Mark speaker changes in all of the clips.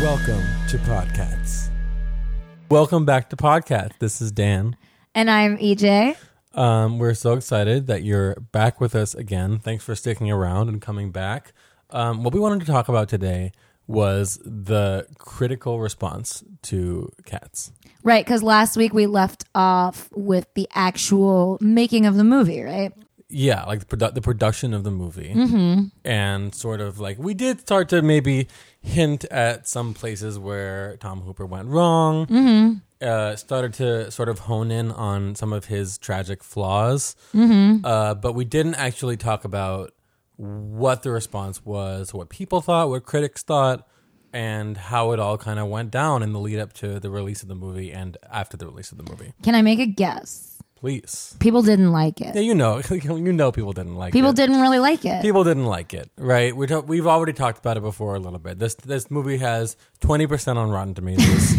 Speaker 1: Welcome to Podcats. Welcome back to Podcasts. This is Dan.
Speaker 2: And I'm E EJ.
Speaker 1: Um, we're so excited that you're back with us again. Thanks for sticking around and coming back. Um, what we wanted to talk about today was the critical response to cats.
Speaker 2: Right, because last week we left off with the actual making of the movie, right?
Speaker 1: Yeah, like the, produ- the production of the movie, and sort of like we did start to maybe hint at some places where Tom Hooper went wrong. Uh, started to sort of hone in on some of his tragic flaws, uh, but we didn't actually talk about what the response was, what people thought, what critics thought, and how it all kind of went down in the lead up to the release of the movie and after the release of the movie.
Speaker 2: Can I make a guess?
Speaker 1: Please,
Speaker 2: People didn't like
Speaker 1: yeah,
Speaker 2: it.
Speaker 1: you know, you know, people didn't like
Speaker 2: People
Speaker 1: it.
Speaker 2: didn't really like it.
Speaker 1: People didn't like it, right? We talk, we've already talked about it before a little bit. This this movie has twenty percent on Rotten Tomatoes.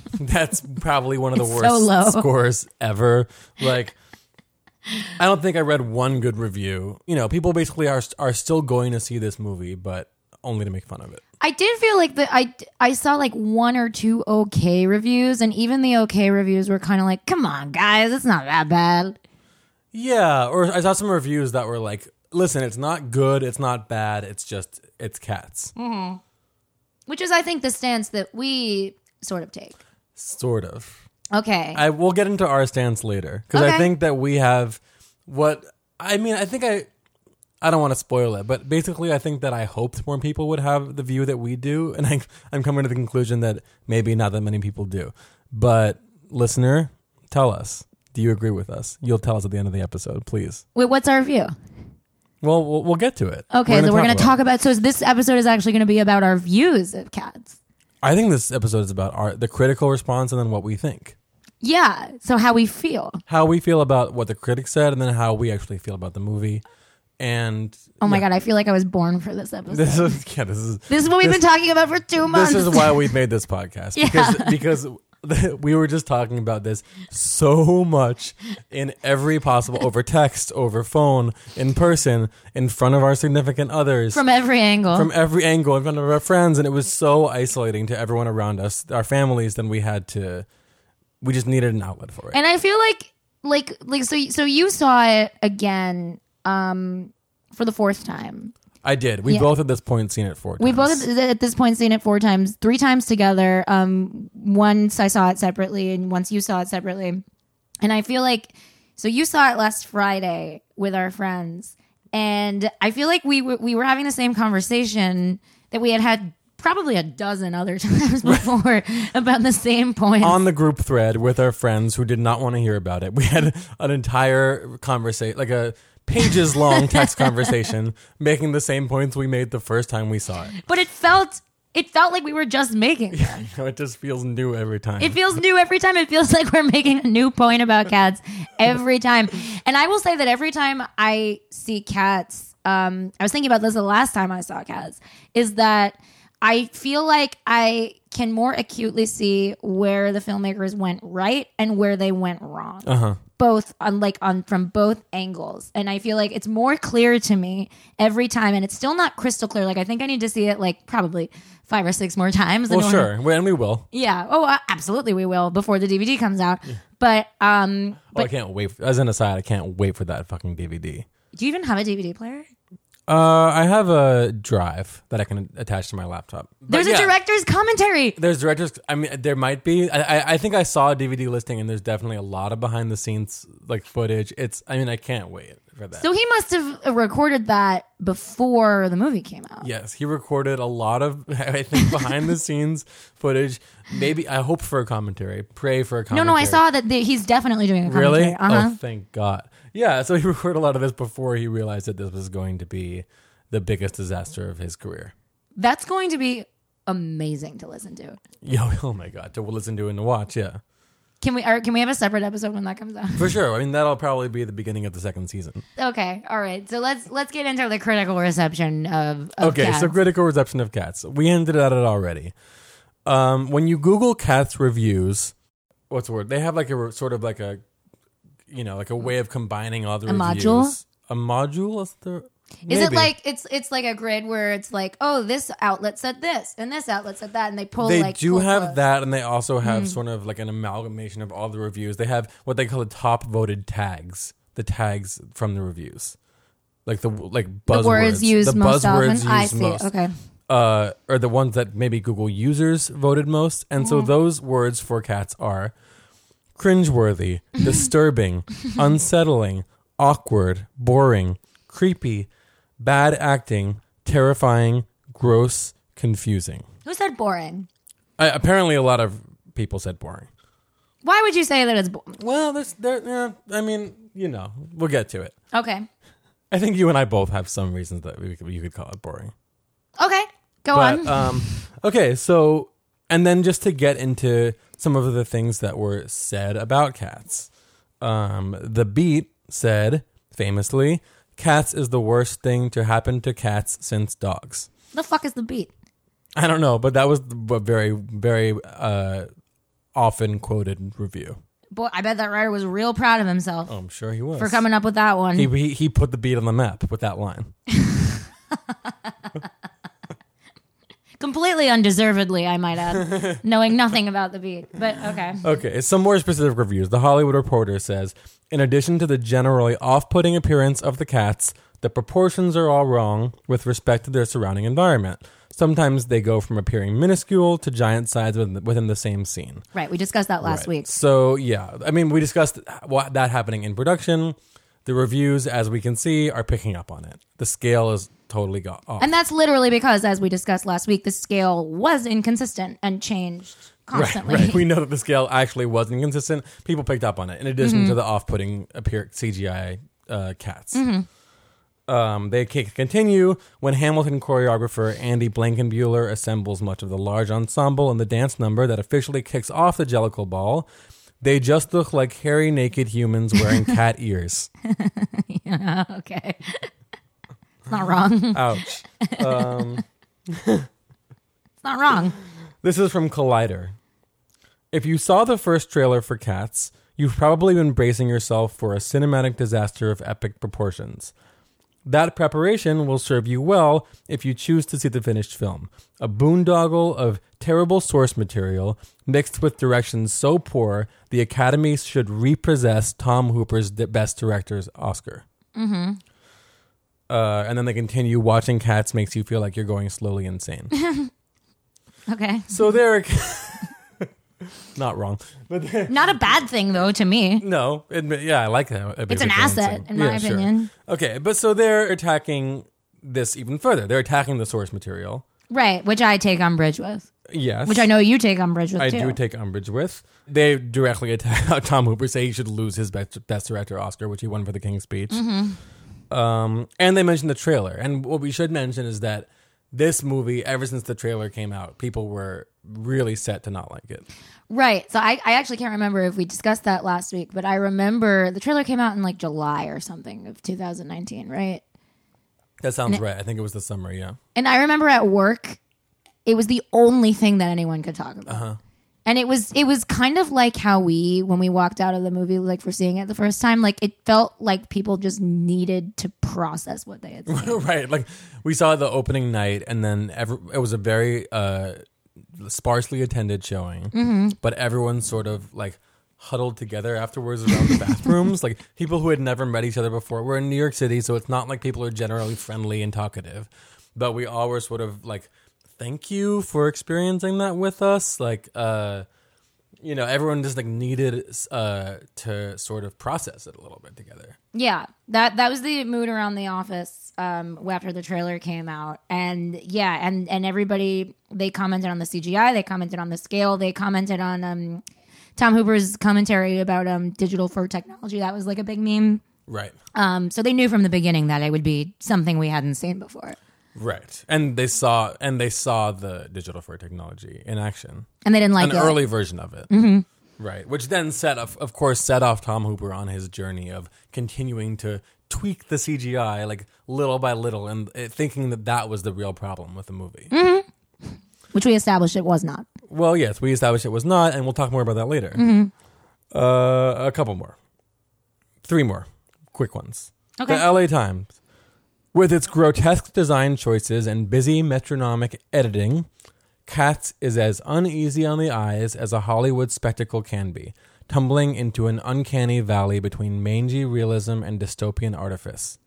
Speaker 1: That's probably one of the
Speaker 2: It's so
Speaker 1: worst
Speaker 2: low.
Speaker 1: scores ever. Like, I don't think I read one good review. You know, people basically are are still going to see this movie, but only to make fun of it.
Speaker 2: I did feel like the I I saw like one or two okay reviews, and even the okay reviews were kind of like, "Come on, guys, it's not that bad."
Speaker 1: Yeah, or I saw some reviews that were like, "Listen, it's not good, it's not bad, it's just it's cats."
Speaker 2: Which is, I think, the stance that we sort of take.
Speaker 1: Sort of.
Speaker 2: Okay,
Speaker 1: I will get into our stance later because I
Speaker 2: Okay.
Speaker 1: think that we have what I mean. I think I I don't want to spoil it, but basically, I think that I hoped more people would have the view that we do, and I, I'm coming to the conclusion that maybe not that many people do. But listener, tell us. Do you agree with us? You'll tell us at the end of the episode, please.
Speaker 2: Wait, what's our view?
Speaker 1: Well, we'll, we'll get to it.
Speaker 2: Okay, so we're gonna
Speaker 1: about
Speaker 2: talk about. So this episode is actually gonna be about our views of cats.
Speaker 1: it. I think this episode is about our the critical response and then what we think,
Speaker 2: Yeah. So how we feel.
Speaker 1: how we feel about what the critics said, and then how we actually feel about the movie. And
Speaker 2: Oh my
Speaker 1: yeah.
Speaker 2: god, I feel like I was born for this episode. This,
Speaker 1: This is yeah. This is
Speaker 2: is what we've been talking about for two months.
Speaker 1: this is why we made this podcast because because we were just talking about this so much in every possible over text, over phone, in person, in front of our significant others.
Speaker 2: from every angle.
Speaker 1: from every angle in front of our friends and it was so isolating to everyone around us our families then we had to we just needed an outlet for it
Speaker 2: and I feel like like like so so you saw it again um for the fourth time.
Speaker 1: i did we
Speaker 2: Yeah.
Speaker 1: both at this point seen it four times
Speaker 2: We both at at this point seen it four times, three times together. Um once I saw it separately and once you saw it separately. And I feel like so you saw it last Friday with our friends, and I feel like we w- we were having the same conversation that we had had probably a dozen other times before about the same point.
Speaker 1: on the group thread with our friends who did not want to hear about it. We had an entire conversation, like a pages long text conversation, making the same points we made the first time we saw it.
Speaker 2: but it felt it felt like we were just making. them.
Speaker 1: You know, it just feels new every time.
Speaker 2: It feels new every time. It feels like we're making a new point about cats every time. And I will say that every time I see cats, um, I was thinking about this the last time I saw cats, is that I feel like I can more acutely see where the filmmakers went right and where they went wrong. Uh-huh. Both on like on from both angles. And I feel like it's more clear to me every time and it's still not crystal clear. Like I think I need to see it like probably five or six more times. in
Speaker 1: well,
Speaker 2: order-
Speaker 1: sure, we- and we will.
Speaker 2: yeah. Oh, uh, absolutely, we will before the DVD comes out. But um,
Speaker 1: oh, I can't wait. as an aside, I can't wait for that fucking DVD.
Speaker 2: do you even have a DVD player?
Speaker 1: Uh, I have a drive that I can attach to my laptop. But
Speaker 2: There's
Speaker 1: yeah,
Speaker 2: a director's commentary.
Speaker 1: There's directors. I mean, there might be. I, I- I think I saw a DVD listing, and there's definitely a lot of behind the scenes like footage. It's. I mean, I can't wait for that.
Speaker 2: So he must have uh, recorded that before the movie came out.
Speaker 1: Yes, he recorded a lot of I think behind the scenes footage. Maybe I hope for a commentary, pray for a
Speaker 2: No,
Speaker 1: commentary.
Speaker 2: no, I saw that the, he's definitely doing a commentary.
Speaker 1: Really?
Speaker 2: Uh-huh.
Speaker 1: Oh, thank God. Yeah, so he recorded a lot of this before he realized that this was going to be the biggest disaster of his career.
Speaker 2: That's going to be amazing to listen to.
Speaker 1: Yo, oh my God, to listen to and to watch. Yeah,
Speaker 2: Can we? Or can we have a separate episode when that comes out?
Speaker 1: for sure. I mean, that'll probably be the beginning of the second season.
Speaker 2: okay. All right. So let's let's get into the critical reception of. of
Speaker 1: Okay,
Speaker 2: Cats.
Speaker 1: so critical reception of cats. We hinted at it already. Um, when you Google cats reviews, what's the word? They have like a re- sort of like a, you know, like a way of combining all the
Speaker 2: A module?
Speaker 1: reviews. A module is the
Speaker 2: Is it
Speaker 1: Maybe.
Speaker 2: like it's it's like a grid where it's like, oh, this outlet said this and this outlet said that, and they pull.
Speaker 1: They
Speaker 2: like, Hmm.
Speaker 1: do
Speaker 2: pull
Speaker 1: have
Speaker 2: quotes.
Speaker 1: that, and they also have sort of like an amalgamation of all the reviews. They have what they call the top voted tags, the tags from the reviews, like the like buzzwords,
Speaker 2: the words used
Speaker 1: the
Speaker 2: most often.
Speaker 1: buzzwords
Speaker 2: I
Speaker 1: used
Speaker 2: see.
Speaker 1: most,
Speaker 2: Okay.
Speaker 1: uh, are the ones that maybe Google users voted most, and so those words for cats are cringeworthy, disturbing, unsettling, awkward, boring, creepy, bad acting, terrifying, gross, confusing.
Speaker 2: Who said boring?
Speaker 1: I, apparently, a lot of people said boring.
Speaker 2: Why would you say that it's bo-
Speaker 1: Well, there's there. Yeah, I mean, you know, we'll get to it.
Speaker 2: okay?
Speaker 1: I think you and I both have some reasons that we, could- you could call it boring.
Speaker 2: Okay, go
Speaker 1: But
Speaker 2: on.
Speaker 1: um, okay, so and then just to get into some of the things that were said about cats, um, the beat said famously, "Cats is the worst thing to happen to cats since dogs."
Speaker 2: the fuck is the beat?
Speaker 1: I don't know, but that was a very very uh, often quoted review.
Speaker 2: Boy, I bet that writer was real proud of himself
Speaker 1: Oh, I'm sure he was
Speaker 2: for coming up with that one.
Speaker 1: He, he he put the beat on the map with that line.
Speaker 2: Completely undeservedly, I might add, knowing nothing about the beat. But okay,
Speaker 1: Okay, some more specific reviews. The Hollywood Reporter says, in addition to the generally off-putting appearance of the cats, the proportions are all wrong with respect to their surrounding environment. Sometimes they go from appearing minuscule to giant size within the, within the same scene.
Speaker 2: right. We discussed that last
Speaker 1: Right.
Speaker 2: week.
Speaker 1: So yeah, I mean, we discussed what that happening in production. The reviews, as we can see, are picking up on it. The scale is totally go- off.
Speaker 2: And that's literally because, as we discussed last week, the scale was inconsistent and changed constantly.
Speaker 1: Right. We know that the scale actually was inconsistent. People picked up on it. In addition to the off-putting appear CGI uh, cats, um, they c- continue when Hamilton choreographer Andy Blankenbuehler assembles much of the large ensemble and the dance number that officially kicks off the Jellicle Ball. They just look like hairy, naked humans wearing cat ears.
Speaker 2: okay. it's not wrong.
Speaker 1: Ouch.
Speaker 2: It's not wrong.
Speaker 1: This is from Collider. If you saw the first trailer for Cats, you've probably been bracing yourself for a cinematic disaster of epic proportions. That preparation will serve you well if you choose to see the finished film. A boondoggle of terrible source material mixed with directions so poor the Academy should repossess Tom Hooper's D- Best Director's Oscar. Mm-hmm. Uh, and then they continue watching Cats makes you feel like you're going slowly insane.
Speaker 2: Okay.
Speaker 1: So there, not wrong, but there-
Speaker 2: Not a bad thing, though, to me.
Speaker 1: no, admit, yeah, I like that.
Speaker 2: It's an asset, in my opinion.
Speaker 1: Okay, but so they're attacking this even further. They're attacking the source material.
Speaker 2: Right. Which I take umbrage with.
Speaker 1: Yes,
Speaker 2: Which I know you take umbrage with,
Speaker 1: I
Speaker 2: too.
Speaker 1: do take umbrage with. They directly attack how Tom Hooper say he should lose his best, best director Oscar, which he won for The King's Speech.
Speaker 2: Mm-hmm.
Speaker 1: Um, and they mentioned the trailer. And what we should mention is that this movie, ever since the trailer came out, people were really set to not like it.
Speaker 2: Right. So I, I actually can't remember if we discussed that last week, but I remember the trailer came out in like July or something of 2019, right?
Speaker 1: That sounds right. I think it was the summer. Yeah.
Speaker 2: And I remember at work, it was the only thing that anyone could talk about.
Speaker 1: Uh-huh.
Speaker 2: And it was it was kind of like how we when we walked out of the movie like for seeing it the first time like it felt like people just needed to process what they had seen.
Speaker 1: right like we saw the opening night and then every, it was a very uh sparsely attended showing but everyone sort of like huddled together afterwards around the bathrooms like people who had never met each other before we're in new york city so it's not like people are generally friendly and talkative but we all were sort of like thank you for experiencing that with us like uh you know everyone just like needed uh to sort of process it a little bit together
Speaker 2: Yeah, that that was the mood around the office um, after the trailer came out, and yeah, and and everybody they commented on the CGI, they commented on the scale, they commented on um, Tom Hooper's commentary about um, digital for technology. That was like a big meme.
Speaker 1: right
Speaker 2: Um, so they knew from the beginning that it would be something we hadn't seen before,
Speaker 1: Right. And they saw and they saw the digital fur technology in action.
Speaker 2: and they didn't like
Speaker 1: An
Speaker 2: it.
Speaker 1: early version of it. Right. Which then set of, of course set off Tom Hooper on his journey of continuing to tweak the CGI like little by little and uh, thinking that that was the real problem with the movie.
Speaker 2: which we established it was not.
Speaker 1: Well, yes, we established it was not and we'll talk more about that later. Uh, a couple more. Three more quick ones.
Speaker 2: Okay.
Speaker 1: The LA Times With its grotesque design choices and busy metronomic editing, Cats is as uneasy on the eyes as a Hollywood spectacle can be, tumbling into an uncanny valley between mangy realism and dystopian artifice.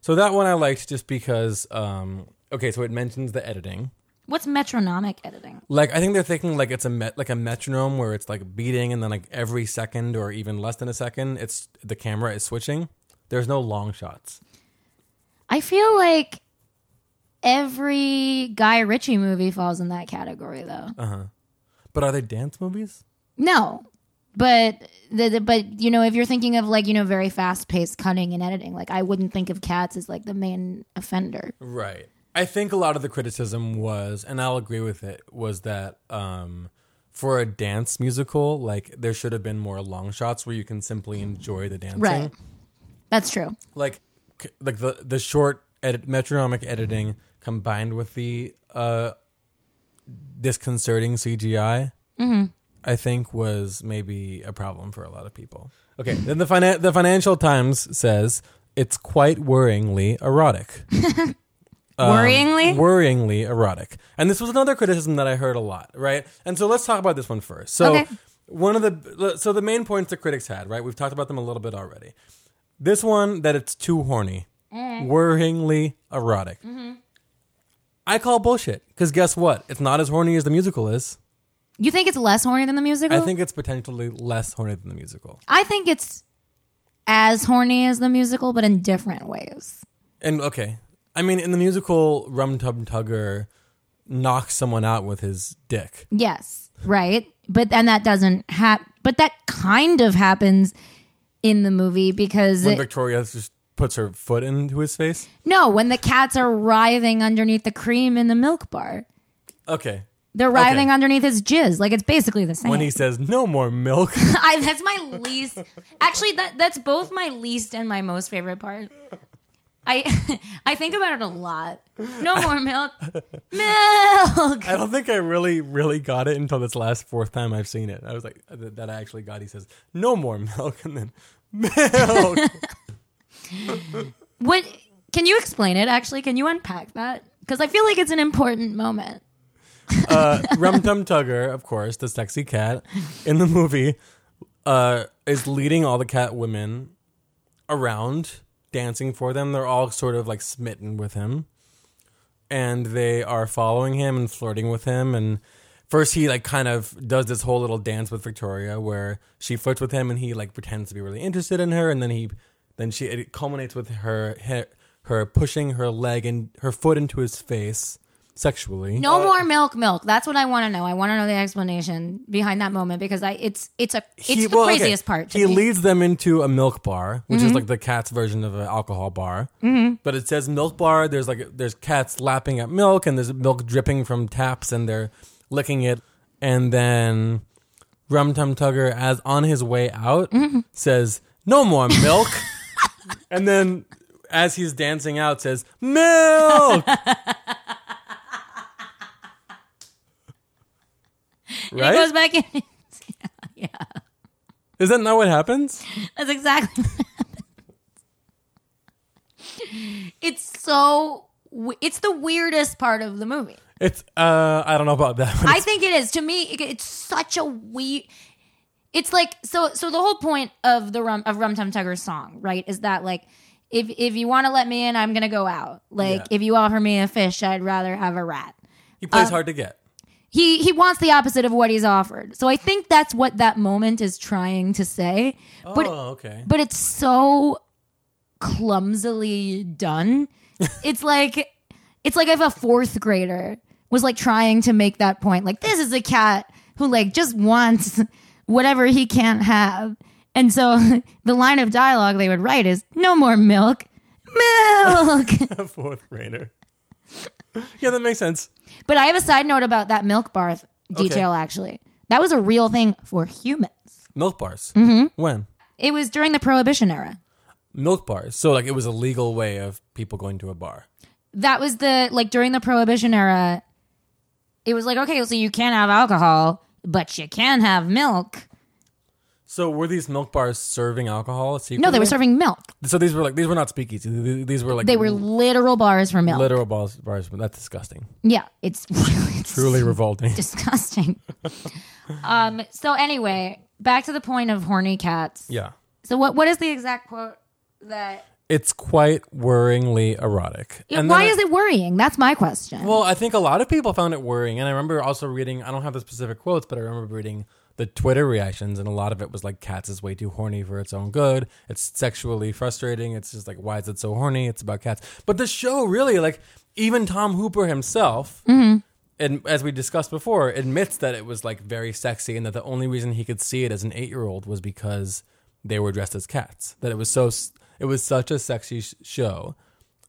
Speaker 1: So that one I liked just because, um, okay, so it mentions the editing.
Speaker 2: What's metronomic editing?
Speaker 1: Like I think they're thinking like it's a met, like a metronome where it's like beating and then like every second or even less than a second, it's the camera is switching. There's no long shots.
Speaker 2: I feel like every Guy Ritchie movie falls in that category, though.
Speaker 1: But are they dance movies?
Speaker 2: No, but the, the, but you know, if you're thinking of like you know very fast paced cutting and editing, like I wouldn't think of Cats as like the main offender.
Speaker 1: Right. I think a lot of the criticism was, and I'll agree with it, was that um, for a dance musical, like there should have been more long shots where you can simply enjoy the dancing.
Speaker 2: Right. That's true.
Speaker 1: Like, c- like the the short edit, metronomic editing combined with the uh, disconcerting CGI, I think was maybe a problem for a lot of people. Okay, then the finan- the Financial Times says it's quite worryingly erotic. Um,
Speaker 2: Worryingly,
Speaker 1: worryingly erotic. And this was another criticism that I heard a lot, right? And so let's talk about this one first. So
Speaker 2: Okay.
Speaker 1: one of the so the main points the critics had, right? We've talked about them a little bit already. This one that it's too horny,
Speaker 2: Mm.
Speaker 1: worryingly erotic.
Speaker 2: Mm-hmm.
Speaker 1: I call bullshit because guess what? It's not as horny as the musical is.
Speaker 2: you think it's less horny than the musical?
Speaker 1: I think it's potentially less horny than the musical.
Speaker 2: I think it's as horny as the musical, but in different ways.
Speaker 1: And okay, I mean, in the musical, Rum Tub Tugger knocks someone out with his dick.
Speaker 2: Yes, right. But and that doesn't hap. But that kind of happens in the movie because
Speaker 1: when
Speaker 2: it-
Speaker 1: Victoria just puts her foot into his face.
Speaker 2: no, when the cats are writhing underneath the cream in the milk bar,
Speaker 1: Okay.
Speaker 2: they're writhing
Speaker 1: Okay.
Speaker 2: underneath his jizz. Like it's basically the same.
Speaker 1: When he says no more milk,
Speaker 2: I, that's my least. Actually, that that's both my least and my most favorite part. I I think about it a lot. No more milk. Milk.
Speaker 1: I don't think I really, really got it until this last fourth time I've seen it. I was like, that that I actually got. He says no more milk, and then milk.
Speaker 2: What can you explain it? Actually, can you unpack that? Because I feel like it's an important moment.
Speaker 1: uh, Rum Tum Tugger, of course, the sexy cat in the movie, uh, is leading all the cat women around, dancing for them. They're all sort of like smitten with him, and they are following him and flirting with him. And first, he like kind of does this whole little dance with Victoria, where she flirts with him, and he like pretends to be really interested in her, and then he, then she it culminates with her her, her pushing her leg and her foot into his face sexually.
Speaker 2: No more milk, milk. That's what I want to know. I want to know the explanation behind that moment because I it's it's a it's
Speaker 1: He-
Speaker 2: the
Speaker 1: well, okay.
Speaker 2: craziest part. to
Speaker 1: He
Speaker 2: me. Mm-hmm.
Speaker 1: leads them into a milk bar, which is like the cat's version of an alcohol bar. Mm-hmm. But it says milk bar. There's like there's cats lapping at milk, and there's milk dripping from taps, and they're licking it. And then Rum Tum Tugger, as on his way out,
Speaker 2: Mm-hmm.
Speaker 1: says no more milk. and then as he's dancing out, says milk.
Speaker 2: He
Speaker 1: Right?
Speaker 2: goes back in.
Speaker 1: Is that not what happens?
Speaker 2: That's exactly. What happens. it's so. we- It's the weirdest part of the movie.
Speaker 1: It's uh, I don't know about that. But
Speaker 2: I think it is. To me, it, it's such a weird. It's like so. So the whole point of the rum of Rum Tum Tugger's song, right, is that like, if if you want to let me in, I'm gonna go out. Like,
Speaker 1: Yeah.
Speaker 2: if you offer me a fish, I'd rather have a rat.
Speaker 1: he
Speaker 2: uh,
Speaker 1: plays hard to get.
Speaker 2: he he wants the opposite of what he's offered. So I think that's what that moment is trying to say. But
Speaker 1: oh, okay.
Speaker 2: but it's so clumsily done. it's like it's like if a fourth grader was like trying to make that point. Like this is a cat who like just wants whatever he can't have. And so the line of dialogue they would write is no more milk. Milk.
Speaker 1: Fourth Rainer. yeah, that makes sense.
Speaker 2: But I have a side note about that milk bar th- detail, actually. That was a real thing for humans.
Speaker 1: Milk bars. Mm-hmm. When?
Speaker 2: It was during the Prohibition era.
Speaker 1: Milk bars. So like it was a legal way of people going to a bar.
Speaker 2: That was the, like, during the Prohibition era, it was like, okay, so you can't have alcohol, but you can have milk.
Speaker 1: So were these milk bars serving alcohol? Secretly?
Speaker 2: No, they were serving milk.
Speaker 1: So these were like these were not speakeasy. These- These were like
Speaker 2: They were literal bars for milk.
Speaker 1: Mm. literal bars. Bars. That's disgusting.
Speaker 2: Yeah, it's really it's
Speaker 1: Truly revolting.
Speaker 2: disgusting. um. So anyway, back to the point of horny cats.
Speaker 1: yeah.
Speaker 2: So what what is the exact quote that?
Speaker 1: It's quite worryingly erotic. And
Speaker 2: why
Speaker 1: then-
Speaker 2: is it worrying? That's my question.
Speaker 1: Well, I think a lot of people found it worrying, and I remember also reading. I don't have the specific quotes, but I remember reading the Twitter reactions, and a lot of it was like, "Cats is way too horny for its own good. It's sexually frustrating. It's just like, why is it so horny? It's about cats." But the show really, like, even Tom Hooper himself. And as we discussed before, admits that it was like very sexy, and that the only reason he could see it as an eight-year-old was because they were dressed as cats. That it was so, s- it was such a sexy sh- show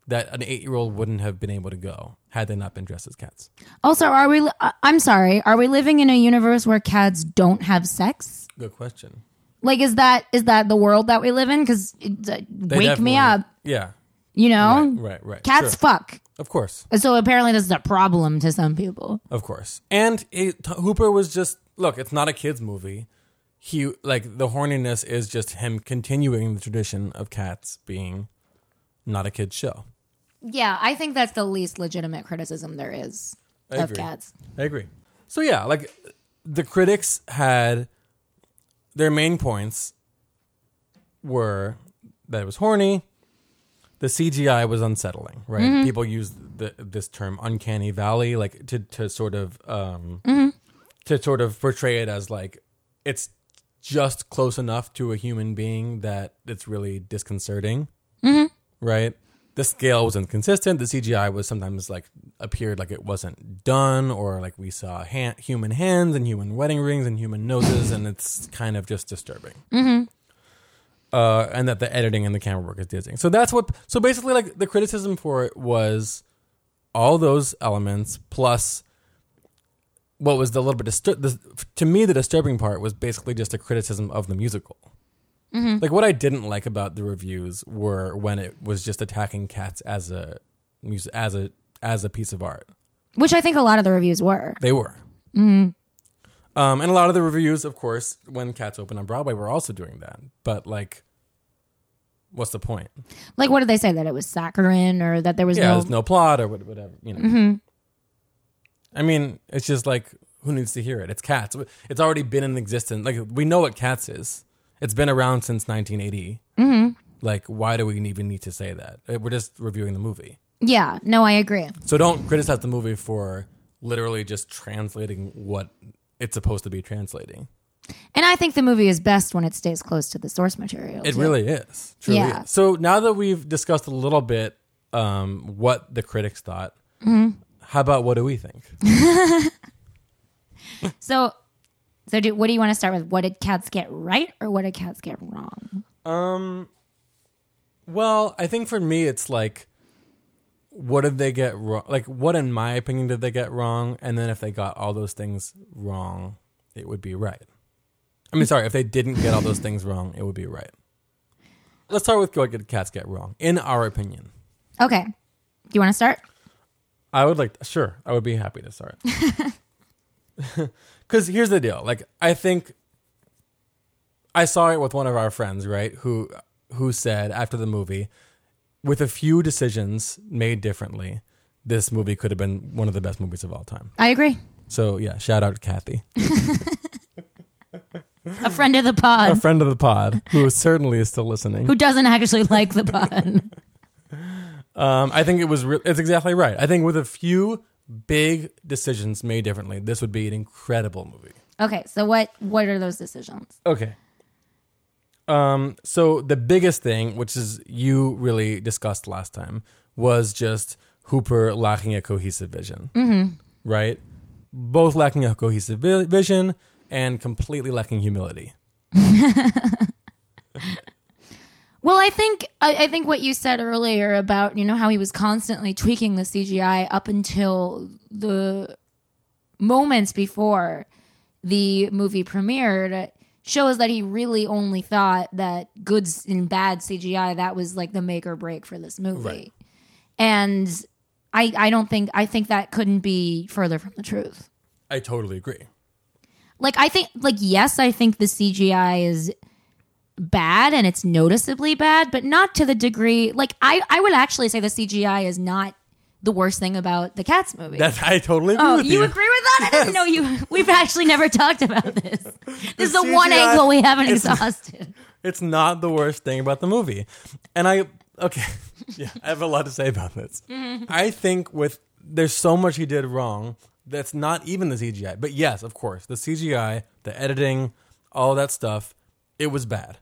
Speaker 1: that an eight year old wouldn't have been able to go had they not been dressed as cats.
Speaker 2: also, are we? I- I'm sorry. Are we living in a universe where cats don't have sex?
Speaker 1: Good question.
Speaker 2: Like, is that is that the world that we live in? Because
Speaker 1: They
Speaker 2: wake
Speaker 1: definitely-
Speaker 2: me up,
Speaker 1: Yeah.
Speaker 2: you know.
Speaker 1: Right, right.
Speaker 2: Cats
Speaker 1: Sure.
Speaker 2: fuck.
Speaker 1: Of course.
Speaker 2: So apparently, this is a problem to some people.
Speaker 1: Of course. And it, T- Hooper was just look, it's not a kids movie. He like the horniness is just him continuing the tradition of cats being not a kids show.
Speaker 2: Yeah, I think that's the least legitimate criticism there is
Speaker 1: I
Speaker 2: of
Speaker 1: agree.
Speaker 2: cats.
Speaker 1: I agree. So yeah, like the critics had their main points were that it was horny. The CGI was unsettling, right? People use the, this term "uncanny valley" like to to sort of um, to sort of portray it as like it's just close enough to a human being that it's really disconcerting, right? The scale was inconsistent. The CGI was sometimes like appeared like it wasn't done, or like we saw hand, human hands and human wedding rings and human noses, and it's kind of just disturbing. Mm-hmm. Uh, and that the editing and the camera work is dizzying. So that's what. So basically, like the criticism for it was all those elements plus what was the little bit distur- the, to me the disturbing part was basically just a criticism of the musical like what i didn't like about the reviews were when it was just attacking cats as a mus- as a as a piece of art
Speaker 2: Which I think a lot of the reviews were.
Speaker 1: they were um, and a lot of the reviews of course when cats opened on broadway were also doing that but like what's the point
Speaker 2: Like, what did they say? That it was saccharine or that there was
Speaker 1: yeah, Mm-hmm.
Speaker 2: no.
Speaker 1: there's no plot or what- whatever. You know. I mean, it's just like who needs to hear it? It's cats. It's already been in existence. Like we know what cats is. It's been around since 1980. Mm-hmm. Like, why do we even need to say that? Uh, We're just reviewing the movie.
Speaker 2: Yeah, no, I agree.
Speaker 1: So don't criticize the movie for literally just translating what it's supposed to be translating.
Speaker 2: And I think the movie is best when it stays close to the source material.
Speaker 1: It
Speaker 2: too.
Speaker 1: really is. Truly
Speaker 2: Yeah.
Speaker 1: is. So now that we've discussed a little bit um, what the critics thought, how about what do we think?
Speaker 2: So, so do, what do you want to start with? What did cats get right or what did cats get wrong?
Speaker 1: Well, I think for me, it's like, what did they get wrong? Like, what, in my opinion, did they get wrong? And then if they got all those things wrong, it would be right. I mean, sorry, if they didn't get all those things wrong, it would be right. Let's start with what did cats get wrong, in our opinion.
Speaker 2: Okay, do you want to start?
Speaker 1: I would like, sure, I would be happy to start. Because here's the deal. Like, I think I saw it with one of our friends, right? Who who said after the movie, with a few decisions made differently, this movie could have been one of the best movies of all time.
Speaker 2: I agree.
Speaker 1: So yeah, shout out to Kathy,
Speaker 2: A friend of the
Speaker 1: a
Speaker 2: pod
Speaker 1: friend of the pod, who certainly is still listening.
Speaker 2: who doesn't actually like the pod.
Speaker 1: Um, I think it was. Re- it's exactly right. I think with a few big decisions made differently, this would be an incredible movie.
Speaker 2: okay, so what what are those decisions?
Speaker 1: Okay. Um, so the biggest thing, which is you really discussed last time, was just Hooper lacking a cohesive vision. Mm-hmm. Right? Both lacking a cohesive vi- vision and completely lacking humility.
Speaker 2: Well, I think I, I think what you said earlier about you know how he was constantly tweaking the CGI up until the moments before the movie premiered shows that he really only thought that goods and bad CGI that was like the make or break for this movie,
Speaker 1: Right.
Speaker 2: and I I don't think I think that couldn't be further from the truth.
Speaker 1: I totally agree.
Speaker 2: Like I think like yes, I think the CGI is bad and it's noticeably bad, but not to the degree like I I would actually say the CGI is not the worst thing about the Cats movie.
Speaker 1: That I totally agree
Speaker 2: Oh,
Speaker 1: with
Speaker 2: you
Speaker 1: you.
Speaker 2: agree with that? I didn't know you. We've actually never talked about this. This is the one
Speaker 1: CGI
Speaker 2: angle we haven't
Speaker 1: is-
Speaker 2: exhausted.
Speaker 1: It's not the worst thing about the movie. And I okay, yeah, I have a lot to say about this. I think with there's so much he did wrong that's not even the CGI. But yes, of course, the CGI, the editing, all that stuff, it was bad.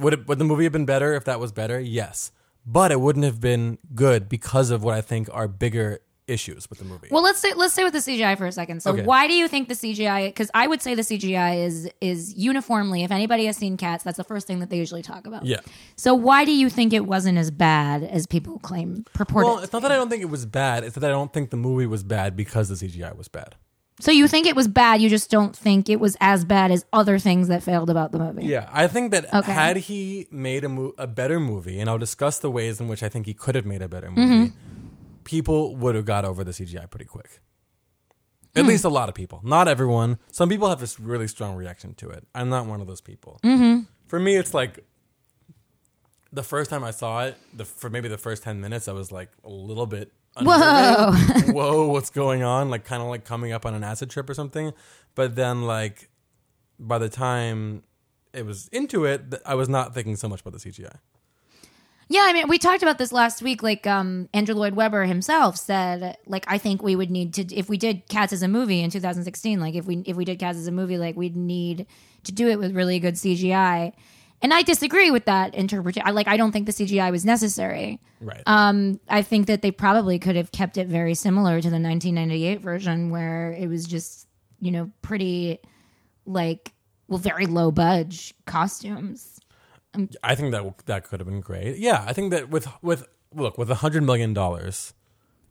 Speaker 1: Would it, would the movie have been better if that was better? Yes. But it wouldn't have been good because of what I think are bigger issues with the movie.
Speaker 2: Well, let's say let's stay with the CGI for a second. So,
Speaker 1: Okay.
Speaker 2: why do you think the CGI? Because I would say the CGI is is uniformly. If anybody has seen Cats, that's the first thing that they usually talk about.
Speaker 1: Yeah.
Speaker 2: So, why do you think it wasn't as bad as people claim purported?
Speaker 1: Well, it's not that I don't think it was bad. It's that I don't think the movie was bad because the CGI was bad.
Speaker 2: so, you think it was bad? You just don't think it was as bad as other things that failed about the movie.
Speaker 1: Yeah, I think that
Speaker 2: Okay.
Speaker 1: had he made a, mo- a better movie, and I'll discuss the ways in which I think he could have made a better movie,
Speaker 2: Mm-hmm.
Speaker 1: people would have got over the CGI pretty quick. At
Speaker 2: Hmm.
Speaker 1: least a lot of people. Not everyone. Some people have this really strong reaction to it. I'm not one of those people. For me, it's like the first time I saw it, the, for maybe the first 10 minutes, I was like a little bit.
Speaker 2: Whoa.
Speaker 1: unnerving. Whoa, what's going on? Like, kind of like coming up on an acid trip or something. But then, like, by the time it was into it, th- I was not thinking so much about the CGI.
Speaker 2: Yeah, I mean, we talked about this last week. Like, um, Andrew Lloyd Webber himself said, like, I think we would need to, if we did Cats as a movie in 2016, like, if we if we did Cats as a movie, like, we'd need to do it with really good CGI. And I disagree with that interpretation. I like, I don't think the CGI was necessary.
Speaker 1: Right.
Speaker 2: Um, I think that they probably could have kept it very similar to the 1998 version, where it was just, you know, pretty, like, well, very low budge costumes.
Speaker 1: I think that w- that could have been great. Yeah, I think that with with look with a hundred million dollars,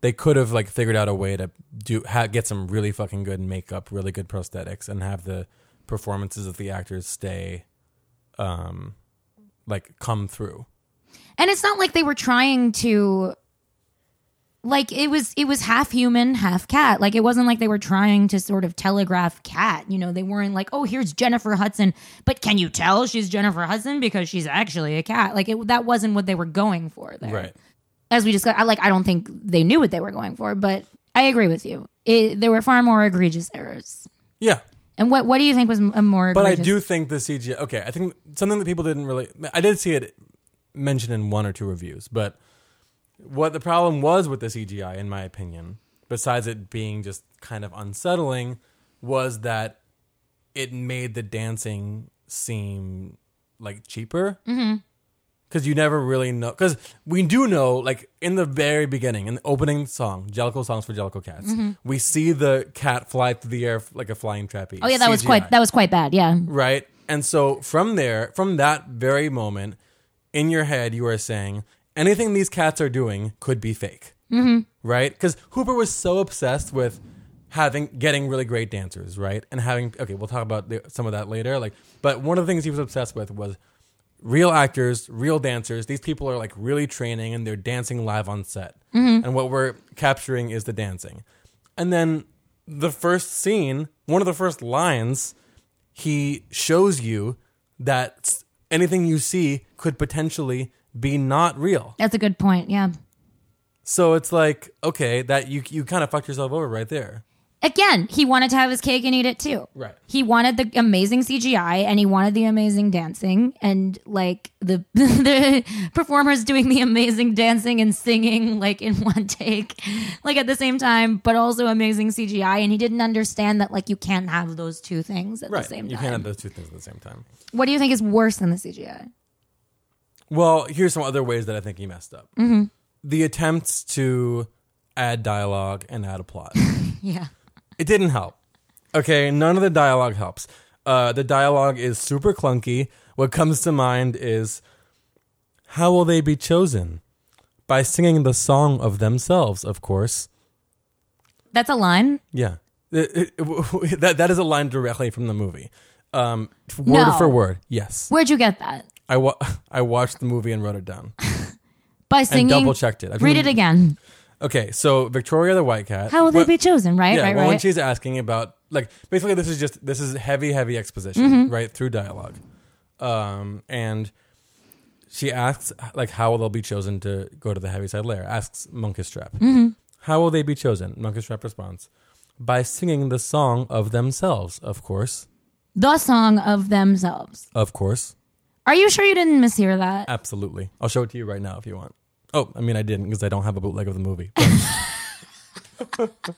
Speaker 1: they could have like figured out a way to do ha- get some really fucking good makeup, really good prosthetics, and have the performances of the actors stay, um, like come through.
Speaker 2: and it's not like they were trying to like it was it was half human half cat like it wasn't like they were trying to sort of telegraph cat you know they weren't like oh here's jennifer hudson but can you tell she's jennifer hudson because she's actually a cat like it, that wasn't what they were going for there
Speaker 1: Right.
Speaker 2: as we discussed i like i don't think they knew what they were going for but i agree with you it, there were far more egregious errors
Speaker 1: Yeah.
Speaker 2: and what what do you think was a more
Speaker 1: But I
Speaker 2: egregious
Speaker 1: do think the CGI. Okay, I think something that people didn't really. I did see it mentioned in one or two reviews, but what the problem was with the CGI, in my opinion, besides it being just kind of unsettling, was that it made the dancing seem like cheaper. Mm-hmm. Because you never really know. Because we do know, like in the very beginning, in the opening song, Jellicle Songs for Jellicle Cats,
Speaker 2: Mm-hmm.
Speaker 1: we see the cat fly through the air like a flying trapeze.
Speaker 2: oh yeah that was quite that was quite bad yeah
Speaker 1: Right. And so from there, from that very moment, in your head, you are saying anything these cats are doing could be fake. Mm-hmm. Right. Because Hooper was so obsessed with having getting really great dancers, right? And having okay, we'll talk about the, some of that later. Like, but one of the things he was obsessed with was real actors, real dancers. These people are like really training and they're dancing live on set. And what we're capturing is the dancing. And then the first scene, one of the first lines, he shows you that s- anything you see could potentially be not real.
Speaker 2: that's a good point yeah
Speaker 1: So it's like, okay, that you you kind of fucked yourself over right there.
Speaker 2: again, he wanted to have his cake and eat it too.
Speaker 1: Right.
Speaker 2: He wanted the amazing CGI and he wanted the amazing dancing and like the the performers doing the amazing dancing and singing like in one take, like at the same time, but also amazing CGI. And he didn't understand that like you can't have those two things at
Speaker 1: Right.
Speaker 2: the same
Speaker 1: you
Speaker 2: time.
Speaker 1: can't have those two things at the same time.
Speaker 2: What do you think is worse than the CGI?
Speaker 1: Well, here's some other ways that I think he messed up.
Speaker 2: Mm-hmm.
Speaker 1: The attempts to add dialogue and add a plot.
Speaker 2: Yeah.
Speaker 1: it didn't help. Okay, none of the dialogue helps. Uh, the dialogue is super clunky. What comes to mind is how will they be chosen? By singing the song of themselves, of course.
Speaker 2: That's a line.
Speaker 1: Yeah. It- it- that, that is a line directly from the movie. Um, word
Speaker 2: No.
Speaker 1: for word, yes.
Speaker 2: Where'd you get that?
Speaker 1: I, wa- I watched the movie and wrote it down
Speaker 2: By singing.
Speaker 1: and double checked it. I've
Speaker 2: Read
Speaker 1: seen-
Speaker 2: it again.
Speaker 1: Okay, so Victoria the White Cat.
Speaker 2: How will they
Speaker 1: What-
Speaker 2: be chosen? Right,
Speaker 1: Yeah,
Speaker 2: right,
Speaker 1: well, when
Speaker 2: right.
Speaker 1: she's asking about like basically this is just this is heavy heavy exposition
Speaker 2: Mm-hmm.
Speaker 1: right through dialogue um and she asks like how will they be chosen to go to the heaviside lair asks monkish trap
Speaker 2: Mm-hmm.
Speaker 1: how will they be chosen monkish trap responds by singing the song of themselves of course
Speaker 2: The song of themselves.
Speaker 1: of course
Speaker 2: Are you sure you didn't mishear that?
Speaker 1: absolutely i'll show it to you right now if you want oh i mean i didn't because i don't have a bootleg of the movie but-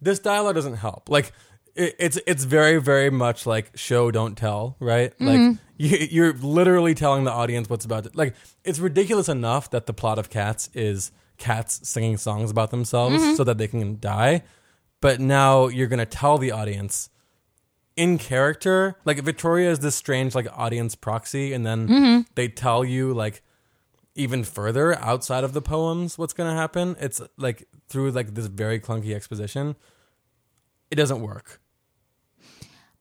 Speaker 1: this dialogue doesn't help like it, it's it's very very much like show don't tell right like you, you're literally telling the audience what's about to, like it's ridiculous enough that the plot of cats is cats singing songs about themselves so that they can die but now you're gonna tell the audience in character like victoria is this strange like audience proxy and then they tell you like even further outside of the poems what's going to happen it's like through like this very clunky exposition it doesn't work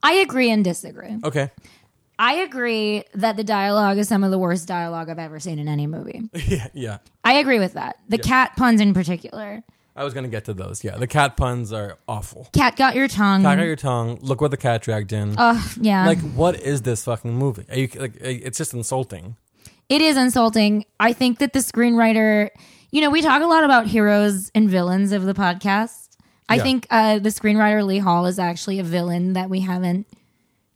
Speaker 2: I agree and disagree.
Speaker 1: okay
Speaker 2: I agree that the dialogue is some of the worst dialogue I've ever seen in any movie.
Speaker 1: yeah yeah
Speaker 2: I agree with that. The cat puns in particular.
Speaker 1: i was going to get to those yeah the cat puns are awful
Speaker 2: Cat got your tongue.
Speaker 1: back out your tongue look what the cat dragged in
Speaker 2: Ugh, yeah.
Speaker 1: like what is this fucking movie are you like it's just insulting
Speaker 2: it is insulting. I think that the screenwriter, you know, we talk a lot about heroes and villains of the podcast. I
Speaker 1: Yeah.
Speaker 2: think uh, the screenwriter Lee Hall is actually a villain that we haven't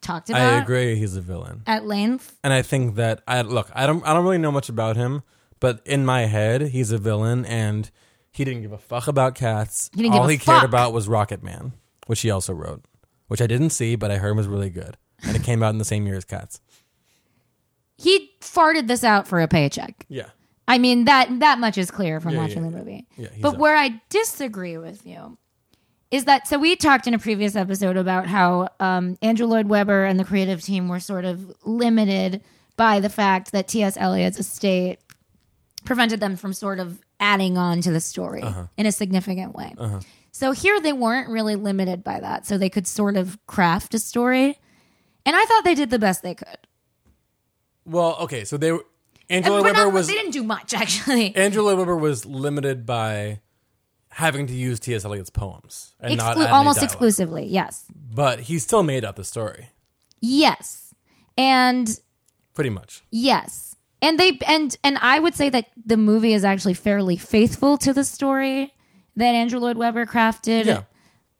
Speaker 2: talked about
Speaker 1: i agree he's a villain
Speaker 2: at length.
Speaker 1: and I think that I look, I don't, I don't really know much about him, but in my head, he's a villain, and he didn't give a fuck about cats.
Speaker 2: He didn't give
Speaker 1: All
Speaker 2: a
Speaker 1: he cared
Speaker 2: fuck.
Speaker 1: about was Rocket Man, which he also wrote, which I didn't see, but I heard was really good, and it came out in the same year as Cats.
Speaker 2: He farted this out for a paycheck.
Speaker 1: Yeah,
Speaker 2: I mean that that much is clear from
Speaker 1: Yeah,
Speaker 2: watching
Speaker 1: yeah,
Speaker 2: the movie.
Speaker 1: yeah. He's
Speaker 2: But
Speaker 1: a-
Speaker 2: where I disagree with you is that so we talked in a previous episode about how um, Andrew Lloyd Webber and the creative team were sort of limited by the fact that T.S. Eliot's estate prevented them from sort of adding on to the story
Speaker 1: Uh-huh.
Speaker 2: in a significant way. So here they weren't really limited by that, so they could sort of craft a story. And I thought they did the best they could.
Speaker 1: well, okay, so they were
Speaker 2: And
Speaker 1: Angela
Speaker 2: we're
Speaker 1: Weber
Speaker 2: not-
Speaker 1: was
Speaker 2: they didn't do much actually.
Speaker 1: Angela Weber was limited by having to use T.S. Eliot's poems and not add
Speaker 2: Exclu-
Speaker 1: any
Speaker 2: almost
Speaker 1: dialogue.
Speaker 2: exclusively, yes.
Speaker 1: but he still made up the story
Speaker 2: Yes. And
Speaker 1: pretty much.
Speaker 2: yes. And they and and I would say that the movie is actually fairly faithful to the story that Andrew Lloyd Webber crafted.
Speaker 1: Yeah.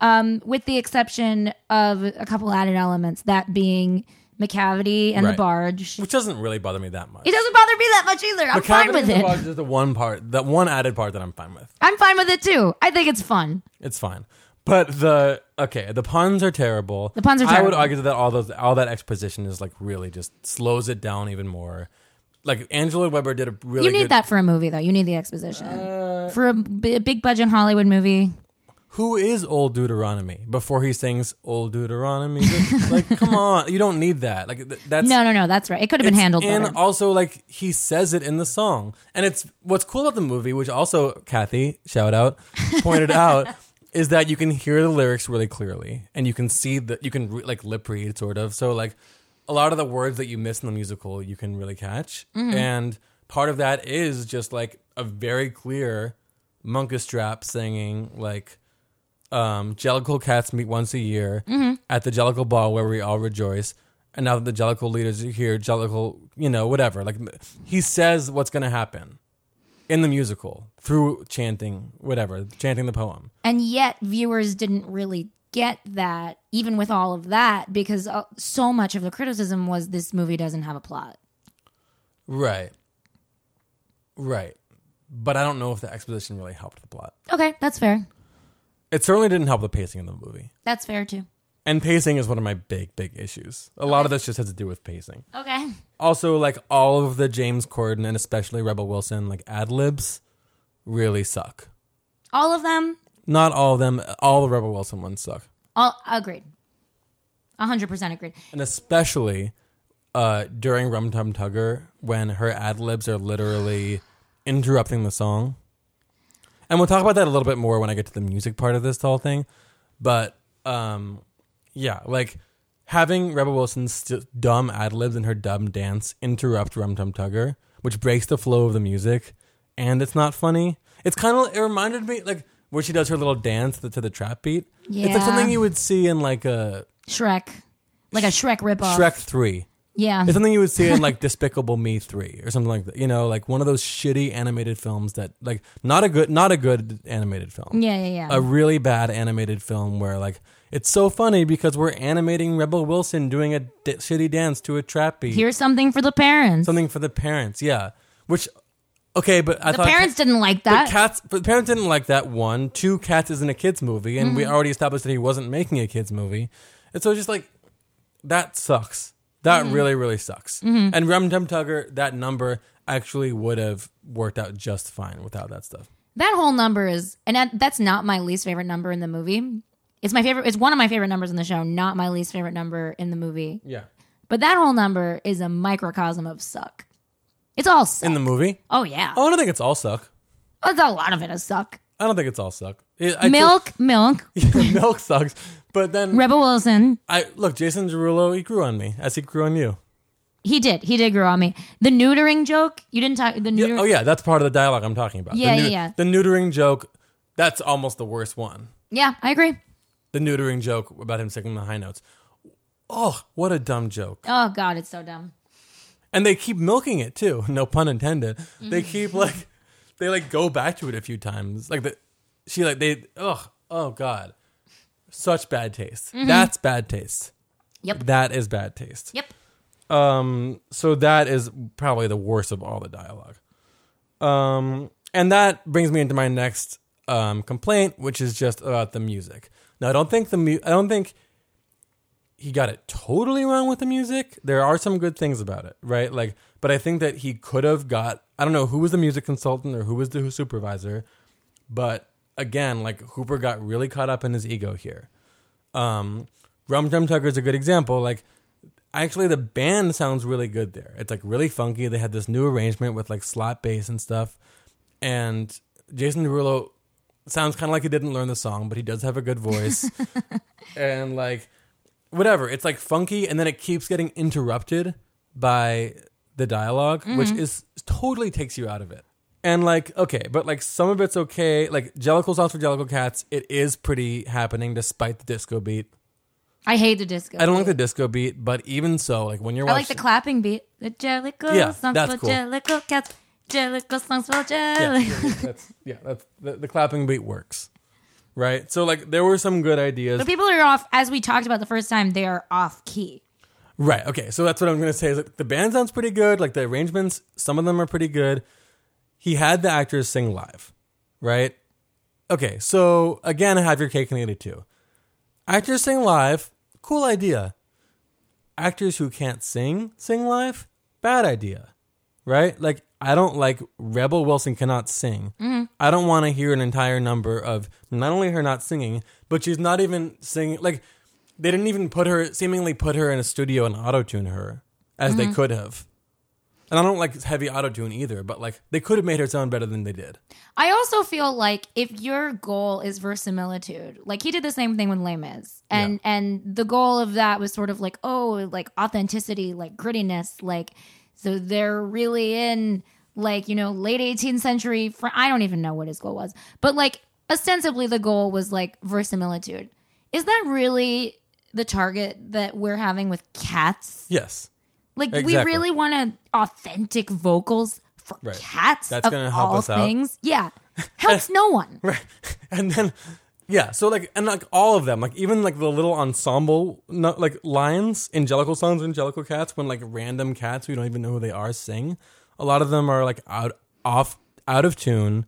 Speaker 2: Um, with the exception of a couple added elements, that being McCavity and
Speaker 1: Right.
Speaker 2: the barge.
Speaker 1: Which doesn't really bother me that much.
Speaker 2: It doesn't bother me that much either. I'm fine
Speaker 1: Cavity
Speaker 2: with
Speaker 1: in the
Speaker 2: it.
Speaker 1: Box is the one part, that one added part that I'm fine with.
Speaker 2: I'm fine with it too. I think it's fun.
Speaker 1: It's fine. But the okay, the puns are terrible. The
Speaker 2: puns are
Speaker 1: I would
Speaker 2: terrible.
Speaker 1: argue that all those all that exposition is like really just slows it down even more. Like Angela Weber did a really
Speaker 2: You need
Speaker 1: good, Uh,
Speaker 2: that for a movie, though. You need the exposition for a b- big budget Hollywood movie.
Speaker 1: Who is old Deuteronomy before he sings old Deuteronomy? like come on, you don't need that. Like th- that's
Speaker 2: No, no, no. That's right. It could have been
Speaker 1: It's-
Speaker 2: handled.
Speaker 1: and
Speaker 2: better.
Speaker 1: also like he says it in the song and it's what's cool about the movie which also kathy shout out pointed out is that you can hear the lyrics really clearly and you can see that you can re- like lip read sort of so like a lot of the words that you miss in the musical you can really catch
Speaker 2: Mm-hmm.
Speaker 1: and part of that is just like a very clear monkish drap singing like um, Jellicle cats meet once a year at the Jellicle ball where we all rejoice. And now that the Jellicle leaders are here, Jellicle, you know, whatever. Like he says what's going to happen in the musical through chanting, whatever, chanting the poem.
Speaker 2: And yet, viewers didn't really get that, even with all of that, because uh, so much of the criticism was this movie doesn't have a plot.
Speaker 1: Right. Right. But I don't know if the exposition really helped the plot.
Speaker 2: Okay, that's fair.
Speaker 1: It certainly didn't help the pacing of the movie.
Speaker 2: That's fair too.
Speaker 1: And pacing is one of my big, big issues. A lot of this just has to do with pacing.
Speaker 2: Okay.
Speaker 1: also like all of the James Corden and especially Rebel Wilson like ad libs really suck.
Speaker 2: All of them,
Speaker 1: Not all of them, all the Rebel Wilson ones suck,
Speaker 2: all agreed. 100% agreed.
Speaker 1: and especially uh, during Rum Tum Tugger when her ad libs are literally interrupting the song. And we'll talk about that a little bit more when I get to the music part of this whole thing. But um, yeah, like having Rebel Wilson's st- dumb ad libs and her dumb dance interrupt Rum Tum Tugger, which breaks the flow of the music, and it's not funny. It's kind of it reminded me like where she does her little dance to, to the trap beat. It's like
Speaker 2: Yeah.
Speaker 1: something you would see in like a
Speaker 2: Shrek, like a Shrek ripoff.
Speaker 1: Shrek 3.
Speaker 2: Yeah.
Speaker 1: It's something you would see in like Despicable Me 3 or something like that. You know, like one of those shitty animated films that like not a good not a good animated film.
Speaker 2: Yeah, yeah, yeah.
Speaker 1: A really bad animated film where like it's so funny because we're animating Rebel Wilson doing a d- shitty dance to a trap beat.
Speaker 2: Here's something for the parents.
Speaker 1: something for the parents. Yeah. Which okay, but I
Speaker 2: the
Speaker 1: thought
Speaker 2: parents didn't like
Speaker 1: but
Speaker 2: that.
Speaker 1: cats but parents didn't like that one. Two cats isn't a kids movie and
Speaker 2: Mm-hmm.
Speaker 1: we already established that he wasn't making a kids movie. And so it's just like that sucks. That
Speaker 2: Mm-hmm.
Speaker 1: really really sucks. And Rum Tum Tugger that number actually would have worked out just fine without that stuff.
Speaker 2: that whole number is, and that, that's not my least favorite number in the movie. It's my favorite. It's one of my favorite numbers in the show. Not my least favorite number in the movie.
Speaker 1: Yeah.
Speaker 2: But that whole number is a microcosm of suck. It's all suck.
Speaker 1: In the movie?
Speaker 2: oh yeah,
Speaker 1: Oh, I don't think it's all suck.
Speaker 2: That's a lot of it is suck.
Speaker 1: I don't think it's all suck. It, I
Speaker 2: milk, milk.
Speaker 1: Feel, milk sucks. But then
Speaker 2: Rebel Wilson.
Speaker 1: I look, Jason Derulo, he grew on me as he grew on you.
Speaker 2: He did. He did grow on me. The neutering joke. You didn't talk. The
Speaker 1: Yeah,
Speaker 2: neutering.
Speaker 1: oh yeah, that's part of the dialogue I'm talking about.
Speaker 2: Yeah,
Speaker 1: the
Speaker 2: yeah, yeah.
Speaker 1: The neutering joke, that's almost the worst one.
Speaker 2: yeah, I agree.
Speaker 1: The neutering joke about him singing the high notes. Oh, what a dumb joke.
Speaker 2: Oh God, it's so dumb.
Speaker 1: And they keep milking it too, no pun intended. They keep like they like go back to it a few times. Like the she like they oh, oh god. Such bad taste. That's bad taste.
Speaker 2: Yep.
Speaker 1: That is bad taste.
Speaker 2: Yep.
Speaker 1: Um, so that is probably the worst of all the dialogue. Um, and that brings me into my next um, complaint, which is just about the music. Now, I don't think the mu- I don't think he got it totally wrong with the music. There are some good things about it, right? Like, but I think that he could have got. I don't know who was the music consultant or who was the supervisor, but again, like Hooper got really caught up in his ego here. Um, Rum Drum Tugger is a good example. Like, actually, the band sounds really good there. It's like really funky. They had this new arrangement with like slot bass and stuff. And Jason Derulo sounds kind of like he didn't learn the song, but he does have a good voice. and like, whatever. It's like funky, and then it keeps getting interrupted by the dialog
Speaker 2: Mm-hmm.
Speaker 1: which is totally takes you out of it. And like, okay, but like some of it's okay. Like Jellicle Sauce for Jellicle Cats, it is pretty happening despite the disco beat.
Speaker 2: I hate the disco.
Speaker 1: I don't like the disco beat, but even so, like when you're
Speaker 2: I like the
Speaker 1: watching,
Speaker 2: clapping beat. The Jellicle
Speaker 1: Yeah,
Speaker 2: songs
Speaker 1: that's
Speaker 2: for
Speaker 1: cool.
Speaker 2: Jellicle cats. Jellicle songs for
Speaker 1: yeah,
Speaker 2: Jellicle.
Speaker 1: yeah, that's, yeah, that's the, the clapping beat works, right? So like there were some good ideas,
Speaker 2: But people are off. As we talked about the first time, they are off key.
Speaker 1: right? Okay, so that's what I'm gonna say is like the band sounds pretty good, like the arrangements, some of them are pretty good. He had the actors sing live, right? Okay, so again, have your cake and eat it too. Actors sing live, cool idea. Actors who can't sing sing live, bad idea, right? Like I don't like Rebel Wilson cannot sing. I don't want to hear an entire number of not only her not singing, but she's not even singing. Like they didn't even put her, seemingly put her in a studio and auto tune her as they could have. And I don't like heavy auto tune either, but like they could have made her sound better than they did.
Speaker 2: I also feel like if your goal is versimilitude, like he did the same thing with Les Mis, and and the goal of that was sort of like oh, like authenticity, like grittiness, like so they're really in like you know late 18th century. Fr- I don't even know what his goal was, but like ostensibly the goal was like verisimilitude. Is that really the target that we're having with cats?
Speaker 1: Yes.
Speaker 2: Like we
Speaker 1: Exactly.
Speaker 2: really want to authentic vocals for
Speaker 1: Right.
Speaker 2: cats.
Speaker 1: That's
Speaker 2: of
Speaker 1: gonna help
Speaker 2: all
Speaker 1: us out.
Speaker 2: Things, yeah, helps no one.
Speaker 1: Right. And then yeah, so like and like all of them, like even like the little ensemble no- like lines, Angelical songs, Angelical cats, when like random cats we don't even know who they are sing, a lot of them are like out off out of tune,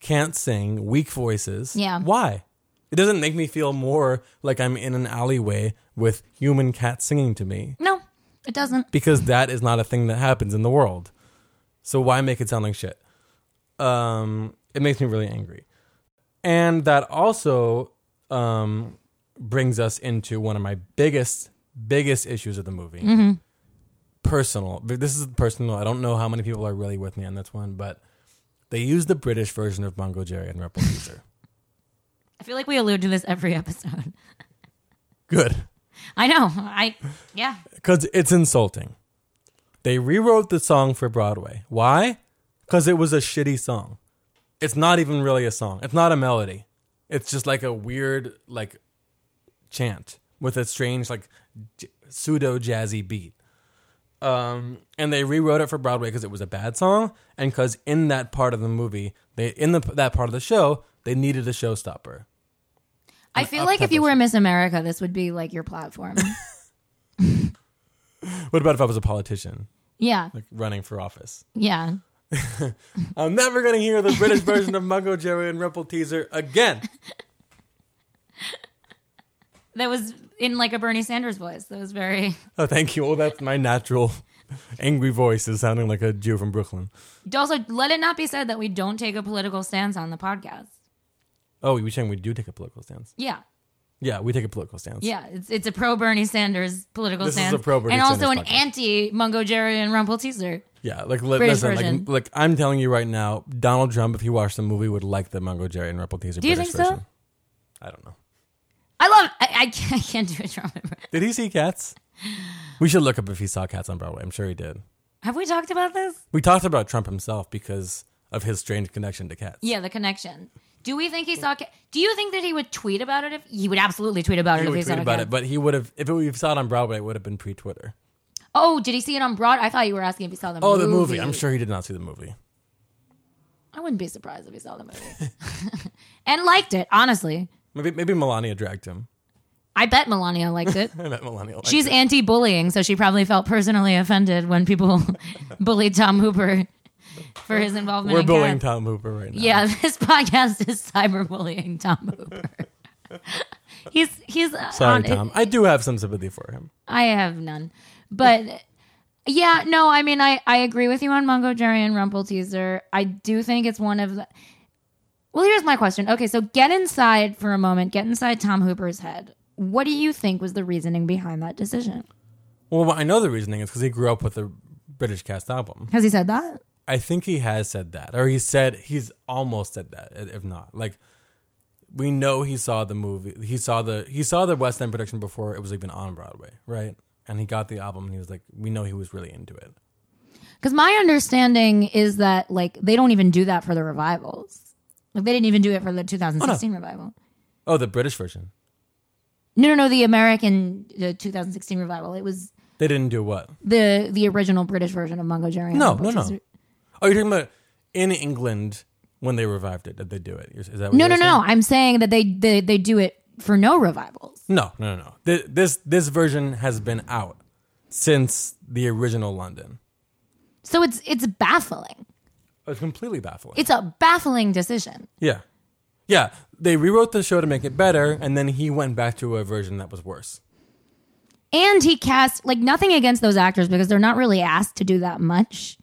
Speaker 1: can't sing, weak voices.
Speaker 2: Yeah.
Speaker 1: Why? It doesn't make me feel more like I'm in an alleyway with human cats singing to me
Speaker 2: No, it doesn't.
Speaker 1: because that is not a thing that happens in the world. So why make it sound like shit? Um, it makes me really angry, and that also um, brings us into one of my biggest biggest issues of the movie. Personal. But This is personal. I don't know how many people are really with me on this one, but they use the British version of Bongo Jerry and Rebel Caesar.
Speaker 2: I feel like we allude to this every episode.
Speaker 1: Good.
Speaker 2: I know. I yeah.
Speaker 1: Because it's insulting. They rewrote the song for Broadway. Why? Because it was a shitty song. It's not even really a song, it's not a melody. It's just like a weird like chant with a strange like j- pseudo jazzy beat. Um, and they rewrote it for Broadway because it was a bad song, and because in that part of the movie, they in the that part of the show, they needed a showstopper.
Speaker 2: I feel like if you were Miss America, this would be like your platform.
Speaker 1: What about if I was a politician,
Speaker 2: yeah.
Speaker 1: like running for office?
Speaker 2: Yeah.
Speaker 1: I'm never gonna hear the British version of Mungo Jerry and Rumple Teaser again.
Speaker 2: That was in like a Bernie Sanders voice. That was very
Speaker 1: Oh, thank you. Oh, that's my natural angry voice is sounding like a Jew from Brooklyn.
Speaker 2: also let it not be said that we don't take a political stance on the podcast.
Speaker 1: Oh, we saying we do take a political stance?
Speaker 2: Yeah.
Speaker 1: Yeah, we take a political stance.
Speaker 2: Yeah. It's it's a pro Bernie Sanders political
Speaker 1: This is
Speaker 2: stance.
Speaker 1: a pro-Bernie
Speaker 2: and also
Speaker 1: Sanders
Speaker 2: an
Speaker 1: podcast.
Speaker 2: anti Mungo Jerry and Rumple Teaser.
Speaker 1: Yeah, like li-
Speaker 2: British
Speaker 1: listen,
Speaker 2: version.
Speaker 1: like, like I'm telling you right now, Donald Trump, if he watched the movie, would like the Mungo Jerry and Rebel Teaser
Speaker 2: you
Speaker 1: British
Speaker 2: think so?
Speaker 1: version. I don't know.
Speaker 2: I love I, I, can't, I can't do a Trump.
Speaker 1: Did he see Cats? We should look up if he saw Cats on Broadway. I'm sure he did.
Speaker 2: Have we talked about this?
Speaker 1: We talked about Trump himself because of his strange connection to Cats.
Speaker 2: Yeah, the connection. Do we think he saw? Ca- Do you think that he would tweet about it? If he would absolutely tweet about it,
Speaker 1: He
Speaker 2: if he
Speaker 1: would
Speaker 2: saw
Speaker 1: tweet
Speaker 2: a
Speaker 1: about
Speaker 2: cat.
Speaker 1: it, but he would have if it, we saw it on Broadway, it would have been pre-Twitter.
Speaker 2: Oh, did he see it on Broad? I thought you were asking if he saw the
Speaker 1: Oh,
Speaker 2: movie.
Speaker 1: the movie! I'm sure he did not see the movie.
Speaker 2: I wouldn't be surprised if he saw the movie and liked it. Honestly,
Speaker 1: Maybe maybe Melania dragged him.
Speaker 2: I bet Melania liked it.
Speaker 1: I met Melania. liked
Speaker 2: She's
Speaker 1: it.
Speaker 2: anti-bullying, so she probably felt personally offended when people bullied Tom Hooper for his involvement.
Speaker 1: We're
Speaker 2: in
Speaker 1: bullying
Speaker 2: Cats.
Speaker 1: Tom Hooper right now.
Speaker 2: Yeah, this podcast is cyberbullying Tom Hooper. he's he's uh,
Speaker 1: Sorry,
Speaker 2: on-
Speaker 1: Tom. I do have some sympathy for him.
Speaker 2: I have none. But yeah, no, I mean, I, I agree with you on Mungo Jerry and Rumple Teaser. I do think it's one of the. Well, here's my question. Okay, so get inside for a moment, get inside Tom Hooper's head. What do you think was the reasoning behind that decision?
Speaker 1: Well, I know the reasoning is because he grew up with a British cast album.
Speaker 2: Has he said that?
Speaker 1: I think he has said that, or he said he's almost said that, i- if not. Like, we know he saw the movie. He saw the he saw the West End production before it was even on Broadway, right? And he got the album, and he was like, we know he was really into it.
Speaker 2: Because my understanding is that, like, they don't even do that for the revivals. Like, they didn't even do it for the 2016 revival.
Speaker 1: Oh, the British version.
Speaker 2: No, no, no, the American the 2016 revival. It was
Speaker 1: They didn't do what?
Speaker 2: the the original British version of Mungo Jerry. and
Speaker 1: No,
Speaker 2: Rumble
Speaker 1: no, no.
Speaker 2: Teaser.
Speaker 1: Oh, you're talking about in England when they revived it? Did they do it? Is that what
Speaker 2: No,
Speaker 1: you're
Speaker 2: no,
Speaker 1: saying?
Speaker 2: no. I'm saying that they they, they do it for no revivals.
Speaker 1: No, no, no, no. Th- This this version has been out since the original London.
Speaker 2: So it's it's baffling.
Speaker 1: It's completely baffling.
Speaker 2: It's a baffling decision.
Speaker 1: yeah, yeah. They rewrote the show to make it better, and then he went back to a version that was worse.
Speaker 2: And he cast like nothing against those actors because they're not really asked to do that much.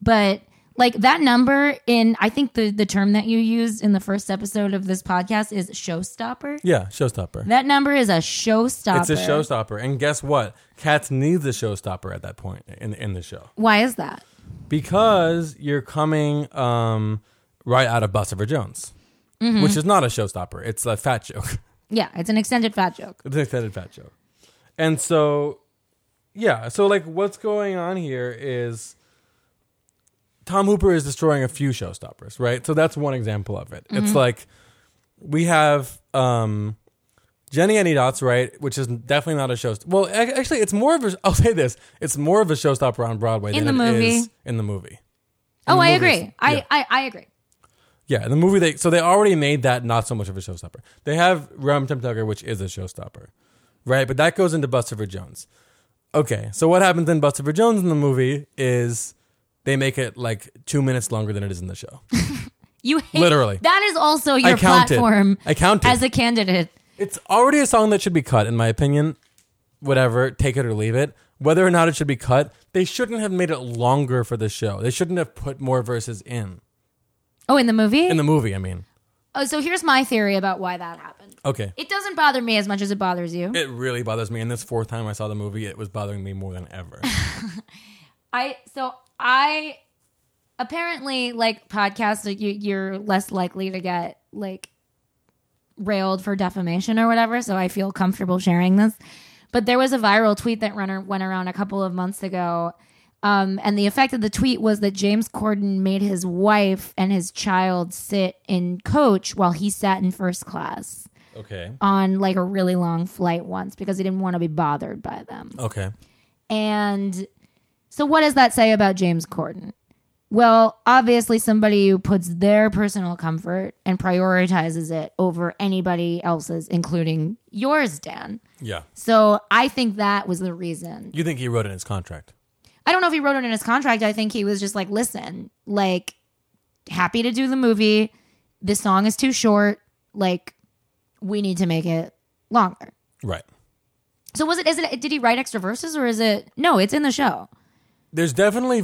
Speaker 2: But like that number in I think the the term that you used in the first episode of this podcast is showstopper.
Speaker 1: Yeah, showstopper.
Speaker 2: That number is a showstopper.
Speaker 1: It's a showstopper, and guess what? Cats needs a showstopper at that point in in the show
Speaker 2: Why is that?
Speaker 1: because you're coming um, right out of Buster Jones,
Speaker 2: Mm-hmm.
Speaker 1: which is not a showstopper. It's a fat joke.
Speaker 2: Yeah, it's an extended fat joke.
Speaker 1: It's an extended fat joke. And so, yeah. So, like, what's going on here is Tom Hooper is destroying a few showstoppers, right? So that's one example of it.
Speaker 2: Mm-hmm.
Speaker 1: It's like we have um, Jenny Any Dots, right? Which is definitely not a showstopper. Well, ac- actually, it's more of a. I'll say this: it's more of a showstopper on Broadway
Speaker 2: In
Speaker 1: than
Speaker 2: the
Speaker 1: it
Speaker 2: movie.
Speaker 1: is in the movie.
Speaker 2: Oh, I
Speaker 1: movies,
Speaker 2: agree. I,
Speaker 1: yeah.
Speaker 2: I I agree.
Speaker 1: Yeah, in the movie they so they already made that not so much of a showstopper. They have Rum Tum Tugger, which is a showstopper, right? But that goes into Buster for Jones. Okay, so what happens in Buster for Jones in the movie is they make it like two minutes longer than it is in the show.
Speaker 2: You hate,
Speaker 1: Literally.
Speaker 2: That is also your
Speaker 1: I counted.
Speaker 2: platform
Speaker 1: I counted.
Speaker 2: as a candidate.
Speaker 1: it's already a song that should be cut, in my opinion. Whatever, take it or leave it. Whether or not it should be cut, they shouldn't have made it longer for the show. They shouldn't have put more verses in
Speaker 2: Oh, in the movie?
Speaker 1: in the movie. I mean,
Speaker 2: oh, so here's my theory about why that happened.
Speaker 1: okay.
Speaker 2: It doesn't bother me as much as it bothers you.
Speaker 1: It really bothers me. And this fourth time I saw the movie, it was bothering me more than ever.
Speaker 2: I so I apparently like podcasts like, you you're less likely to get like railed for defamation or whatever, so I feel comfortable sharing this. But there was a viral tweet that runner went around a couple of months ago Um, and the effect of the tweet was that James Corden made his wife and his child sit in coach while he sat in first class
Speaker 1: Okay.
Speaker 2: on like a really long flight once because he didn't want to be bothered by them.
Speaker 1: Okay.
Speaker 2: And so, what does that say about James Corden? Well, obviously, somebody who puts their personal comfort and prioritizes it over anybody else's, including yours, Dan.
Speaker 1: Yeah.
Speaker 2: So, I think that was the reason.
Speaker 1: You think he wrote it in his contract?
Speaker 2: I don't know if he wrote it in his contract. I think he was just like, listen, like, happy to do the movie. This song is too short. Like, we need to make it longer.
Speaker 1: Right.
Speaker 2: So, was it, is it, did he write extra verses or is it, no, it's in the show.
Speaker 1: There's definitely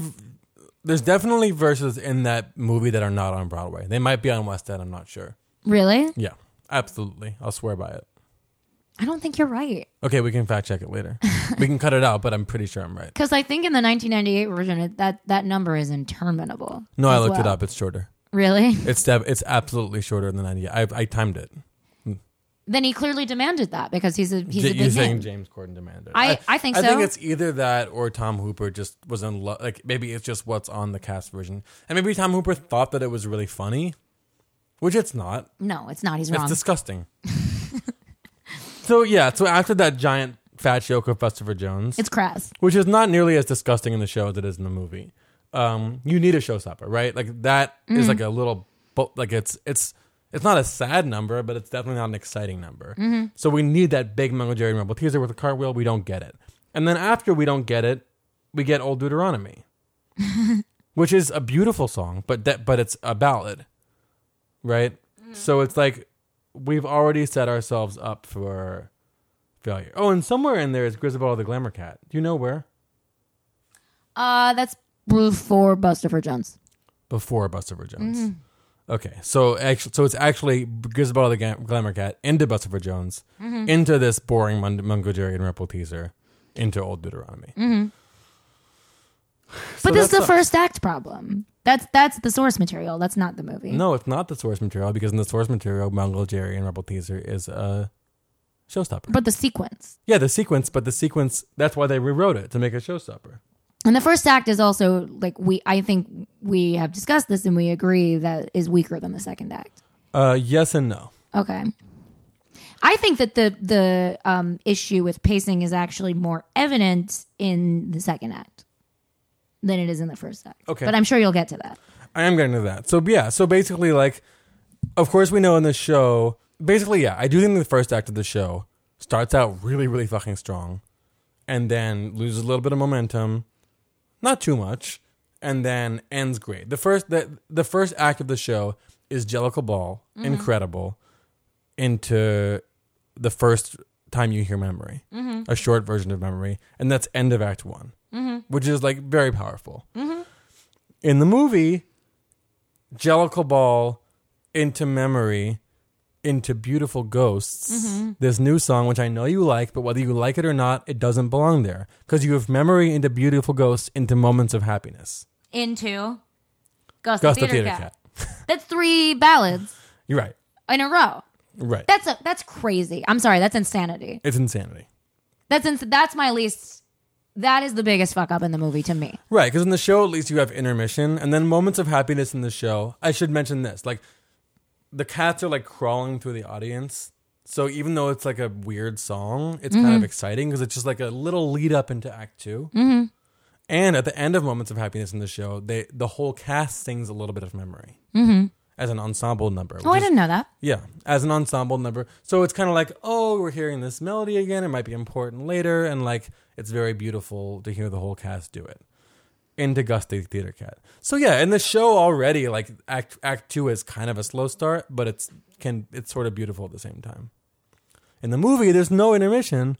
Speaker 1: there's definitely verses in that movie that are not on Broadway. They might be on West End, I'm not sure.
Speaker 2: Really?
Speaker 1: Yeah. Absolutely. I'll swear by it.
Speaker 2: I don't think you're right.
Speaker 1: Okay, we can fact check it later. we can cut it out, but I'm pretty sure I'm right.
Speaker 2: Because I think in the 1998 version, it, that that number is interminable.
Speaker 1: No, I
Speaker 2: as
Speaker 1: looked it
Speaker 2: well.
Speaker 1: up. It's shorter.
Speaker 2: Really?
Speaker 1: It's def- it's absolutely shorter than 90. I I timed it.
Speaker 2: Then he clearly demanded that because he's a he's a
Speaker 1: Did you
Speaker 2: big
Speaker 1: think
Speaker 2: name.
Speaker 1: James Corden demanded?
Speaker 2: I- I think
Speaker 1: I think
Speaker 2: so.
Speaker 1: it's either that or Tom Hooper just was in love. Like maybe it's just what's on the cast version, and maybe Tom Hooper thought that it was really funny, which it's not.
Speaker 2: no, it's not. He's
Speaker 1: It's
Speaker 2: wrong.
Speaker 1: disgusting. so yeah, so after that giant fat joke of Christopher Jones,
Speaker 2: it's crass.
Speaker 1: which is not nearly as disgusting in the show as it is in the movie. Um, you need a showstopper, right? Like that is like a little, bu- like it's it's it's not a sad number, but it's definitely not an exciting number. So we need that big Mungo Jerry Rumble teaser with a cartwheel. We don't get it, and then after we don't get it, we get Old Deuteronomy, which is a beautiful song, but that but it's a ballad, right? So it's like we've already set ourselves up for failure. Oh, and somewhere in there is Griswold the Glamour Cat. Do you know where?
Speaker 2: Uh, that's before Buster for Jones.
Speaker 1: before Buster for Jones.
Speaker 2: Mm-hmm.
Speaker 1: Okay, so actually, so it's actually Gizabella the Gam- Glamour Cat into Buster for Jones,
Speaker 2: Mm-hmm.
Speaker 1: into this boring Mun- Mungo Jerry and Ripple teaser, into Old Deuteronomy. So
Speaker 2: Mm-hmm. but this is the
Speaker 1: that's not-
Speaker 2: first act problem. That's that's the source material. That's not the movie.
Speaker 1: No, it's not the source material because in the source material, Mungo Jerry and Ripple teaser is a showstopper.
Speaker 2: But the sequence
Speaker 1: Yeah, the sequence, but the sequence that's why they rewrote it to make a showstopper.
Speaker 2: and the first act is also like we. I think we have discussed this and we agree that is weaker than the second act.
Speaker 1: Uh, yes and no.
Speaker 2: Okay. I think that the the um, issue with pacing is actually more evident in the second act than it is in the first act.
Speaker 1: Okay.
Speaker 2: But I'm sure you'll get to that.
Speaker 1: I am getting to that. So yeah, so basically, like, of course we know in the show. Basically, yeah, I do think the first act of the show starts out really, really fucking strong, and then loses a little bit of momentum, not too much, and then ends great. The first the the first act of the show is Jellicle Ball, incredible, into the first time you hear memory, a short version of memory, and that's end of Act One, which is like very powerful in the movie, Jellicle Ball into memory, into beautiful ghosts. This new song, which I know you like, but whether you like it or not, it doesn't belong there because you have memory into beautiful ghosts, into moments of happiness.
Speaker 2: Into Gus,
Speaker 1: Ghost of Theater Cat.
Speaker 2: That's three ballads
Speaker 1: You're right.
Speaker 2: in a row.
Speaker 1: Right.
Speaker 2: That's a, that's crazy. I'm sorry. That's insanity.
Speaker 1: it's insanity.
Speaker 2: That's ins- that's my least. That is the biggest fuck up in the movie to me.
Speaker 1: Right, because in the show, at least you have intermission and then moments of happiness in the show. I should mention this: like the cats are like crawling through the audience, so even though it's like a weird song, it's kind of exciting because it's just like a little lead up into Act 2 Mm-hmm. And at the end of moments of happiness in the show, they the whole cast sings a little bit of memory mm-hmm. as an ensemble number.
Speaker 2: Oh, I
Speaker 1: which is-
Speaker 2: didn't know that.
Speaker 1: yeah, as an ensemble number. So it's kind of like, oh, we're hearing this melody again. It might be important later. And like, it's very beautiful to hear the whole cast do it. Into Gusty Theater Cat. So yeah, in the show already, like act act two is kind of a slow start, but it's can it's sort of beautiful at the same time. In the movie, there's no intermission.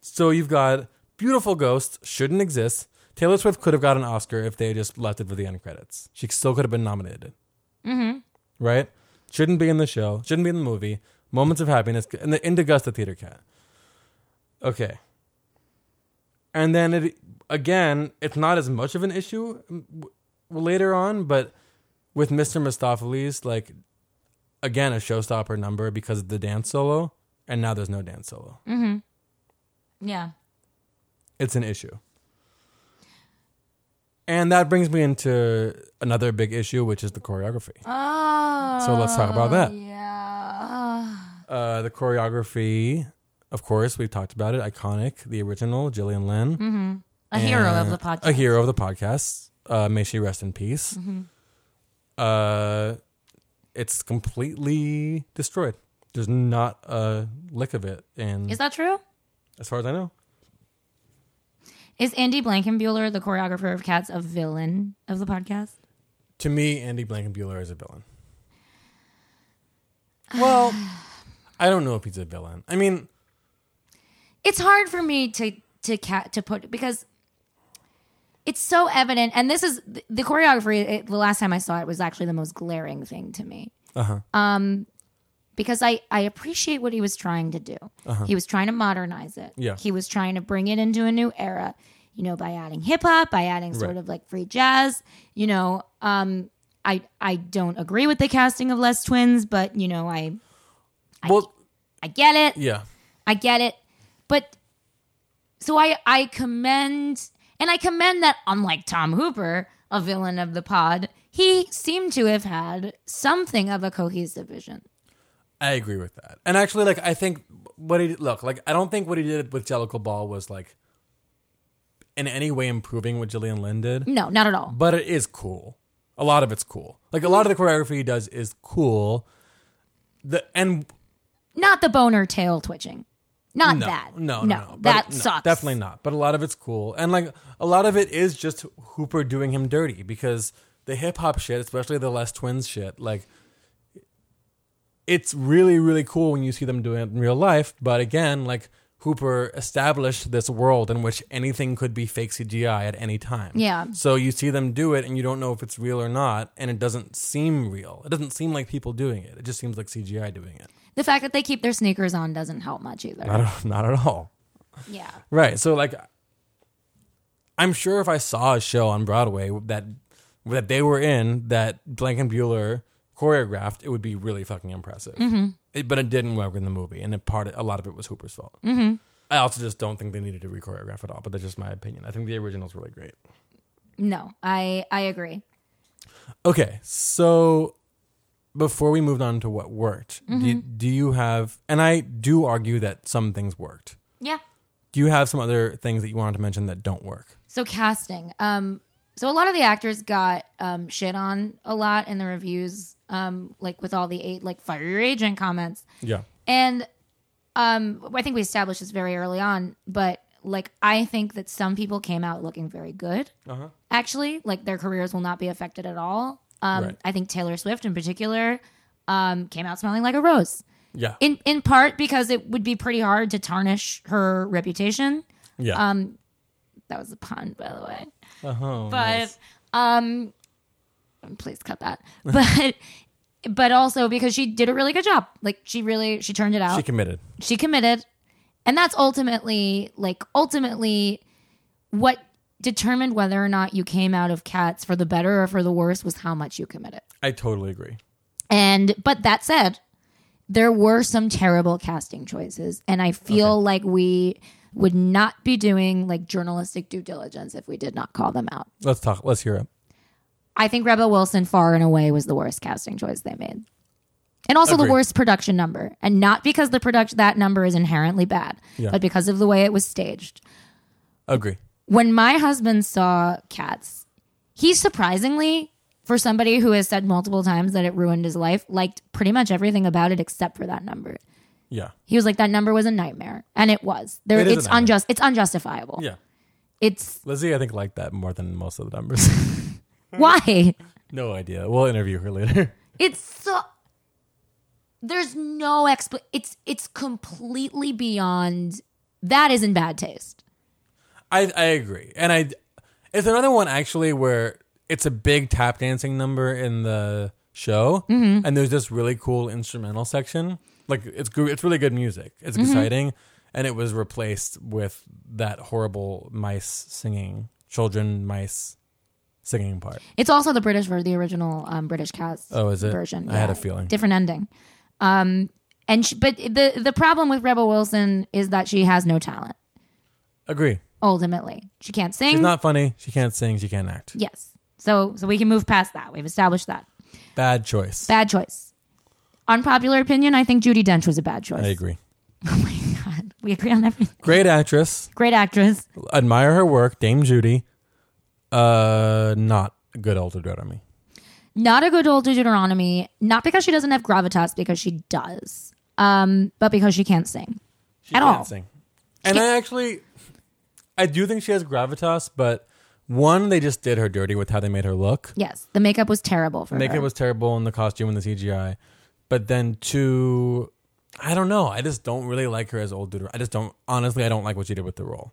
Speaker 1: So you've got beautiful ghosts shouldn't exist. Taylor Swift could have got an Oscar if they just left it for the end credits. She still could have been nominated right? Shouldn't be in the show. Shouldn't be in the movie. Moments of happiness and the into Gusta Theater Cat. Okay. And then it again, it's not as much of an issue mm, w- later on, but with Mr. Mistopheles, like again a showstopper number because of the dance solo, and now there's no dance solo.
Speaker 2: Yeah.
Speaker 1: It's an issue. And that brings me into another big issue, which is the choreography.
Speaker 2: Oh.
Speaker 1: So let's talk about that.
Speaker 2: Yeah.
Speaker 1: Uh, the choreography, of course, we've talked about it. Iconic, the original, Gillian Lynn.
Speaker 2: Mm-hmm. A hero of
Speaker 1: and-
Speaker 2: the podcast.
Speaker 1: Eh,
Speaker 2: Mm-hmm.
Speaker 1: A hero of the podcast. Uh, may she rest in peace. Uh, it's completely destroyed. There's not a lick of it, and
Speaker 2: Is that true?
Speaker 1: as far as I know,
Speaker 2: Is Andy Blankenbuehler, the choreographer of Cats, a villain of the podcast?
Speaker 1: to me, Andy Blankenbuehler is a villain. Well, I don't know if he's a villain. I mean,
Speaker 2: it's hard for me to to cat to put because it's so evident and this is the, the choreography it, the last time i saw it was actually the most glaring thing to me
Speaker 1: Uh-huh.
Speaker 2: um because i i appreciate what he was trying to do he was trying to modernize it
Speaker 1: Uh-huh. Yeah.
Speaker 2: he was trying to bring it into a new era you know by adding hip hop by adding sort
Speaker 1: Right.
Speaker 2: of like free jazz you know um i i don't agree with the casting of les twins but you know i
Speaker 1: well,
Speaker 2: i get it
Speaker 1: yeah,
Speaker 2: I get it. But so I I commend and I commend that unlike Tom Hooper, a villain of the pod, he seemed to have had something of a cohesive vision.
Speaker 1: I agree with that. And actually, like, I think what he did, look like, I don't think what he did with Jellicle Ball was like in any way improving what Gillian Lynn did.
Speaker 2: No, not at all.
Speaker 1: but it is cool. A lot of it's cool. Like a lot of the choreography he does is cool. The and
Speaker 2: Not the boner tail twitching. Not
Speaker 1: no,
Speaker 2: that.
Speaker 1: no, no, no. But
Speaker 2: that
Speaker 1: no,
Speaker 2: sucks.
Speaker 1: Definitely not. But a lot of it's cool, and like a lot of it is just Hooper doing him dirty because the hip hop shit, especially the Les Twins shit, like it's really really cool when you see them doing it in real life. But again, like Hooper established this world in which anything could be fake CGI at any time.
Speaker 2: Yeah.
Speaker 1: So you see them do it, and you don't know if it's real or not, and it doesn't seem real. It doesn't seem like people doing it. It just seems like CGI doing it.
Speaker 2: The fact that they keep their sneakers on doesn't help much either.
Speaker 1: Not not at all.
Speaker 2: Yeah.
Speaker 1: Right. So like I'm sure if I saw a show on Broadway that that they were in that Blankenbuehler choreographed, it would be really fucking impressive. It, but it didn't work in the movie, and it part a lot of it was Hooper's fault. Mm-hmm. I also just don't think they needed to re-choreograph at all. But that's just my opinion. I think the original's really great.
Speaker 2: No, I I agree.
Speaker 1: Okay, so before we moved on to what worked, do, do you have? And I do argue that some things worked.
Speaker 2: Yeah.
Speaker 1: Do you have some other things that you wanted to mention that don't work?
Speaker 2: So casting. Um, so a lot of the actors got um, shit on a lot in the reviews, um, like with all the eight like fire your agent comments,
Speaker 1: Yeah.
Speaker 2: and um, I think we established this very early on. But like, I think that some people came out looking very good.
Speaker 1: Uh-huh.
Speaker 2: Actually, like their careers will not be affected at all. Um,
Speaker 1: Right.
Speaker 2: I think Taylor Swift in particular um, came out smelling like a rose
Speaker 1: Yeah.
Speaker 2: in in part because it would be pretty hard to tarnish her reputation.
Speaker 1: yeah.
Speaker 2: That was a pun, by the way.
Speaker 1: uh-huh.
Speaker 2: but um please cut that but but also because she did a really good job like she really she turned it out
Speaker 1: she committed.
Speaker 2: she committed and that's ultimately like ultimately what determined whether or not you came out of cats for the better or for the worse was how much you committed
Speaker 1: I totally agree.
Speaker 2: and but that said, there were some terrible casting choices, and I feel like we would not be doing like journalistic due diligence if we did not call them out.
Speaker 1: Let's talk. Let's hear it.
Speaker 2: I think Rebel Wilson far and away was the worst casting choice they made. And also
Speaker 1: Agreed.
Speaker 2: the worst production number. And not because the production that number is inherently bad,
Speaker 1: Yeah.
Speaker 2: but because of the way it was staged.
Speaker 1: Agree.
Speaker 2: When my husband saw Cats, he surprisingly, for somebody who has said multiple times that it ruined his life, liked pretty much everything about it except for that number.
Speaker 1: Yeah.
Speaker 2: He was like, that number was a nightmare. And it was. There
Speaker 1: It is a
Speaker 2: it's
Speaker 1: nightmare.
Speaker 2: unjust it's unjustifiable.
Speaker 1: Yeah.
Speaker 2: It's
Speaker 1: Lizzie, I think liked that more than most of the numbers.
Speaker 2: why?
Speaker 1: no idea. We'll interview her later.
Speaker 2: It's so there's no expl it's it's completely beyond that is in bad taste.
Speaker 1: I I agree, and I it's another one actually where it's a big tap dancing number in the show, and there's this really cool instrumental section. Like it's gr- it's really good music. It's exciting, and it was replaced with that horrible mice singing, children mice singing part.
Speaker 2: It's also the British ver the original um, British cast
Speaker 1: Oh, is it?
Speaker 2: version.
Speaker 1: I had a feeling.
Speaker 2: Different ending. Um and she, but the the problem with Rebel Wilson is that she has no talent.
Speaker 1: Agree.
Speaker 2: ultimately. She can't sing.
Speaker 1: She's not funny. She can't sing. She can't act.
Speaker 2: yes. So so we can move past that. We've established that.
Speaker 1: Bad choice.
Speaker 2: Bad choice. Unpopular opinion, I think Judy Dench was a bad choice.
Speaker 1: I agree.
Speaker 2: Oh my god. We agree on everything.
Speaker 1: Great actress.
Speaker 2: Great actress.
Speaker 1: Admire her work. Dame Judy. Uh, not a good older Deuteronomy.
Speaker 2: Not a good old Deuteronomy, not because she doesn't have gravitas, because she does. Um, but because she can't sing.
Speaker 1: She
Speaker 2: At
Speaker 1: can't
Speaker 2: all.
Speaker 1: sing. And I actually, I do think she has gravitas, but one, they just did her dirty with how they made her look.
Speaker 2: Yes. The makeup was terrible for
Speaker 1: Makeup
Speaker 2: her.
Speaker 1: was terrible in the costume and the CGI. But then two, I don't know. I just don't really like her as old dude. I just don't. Honestly, I don't like what she did with the role.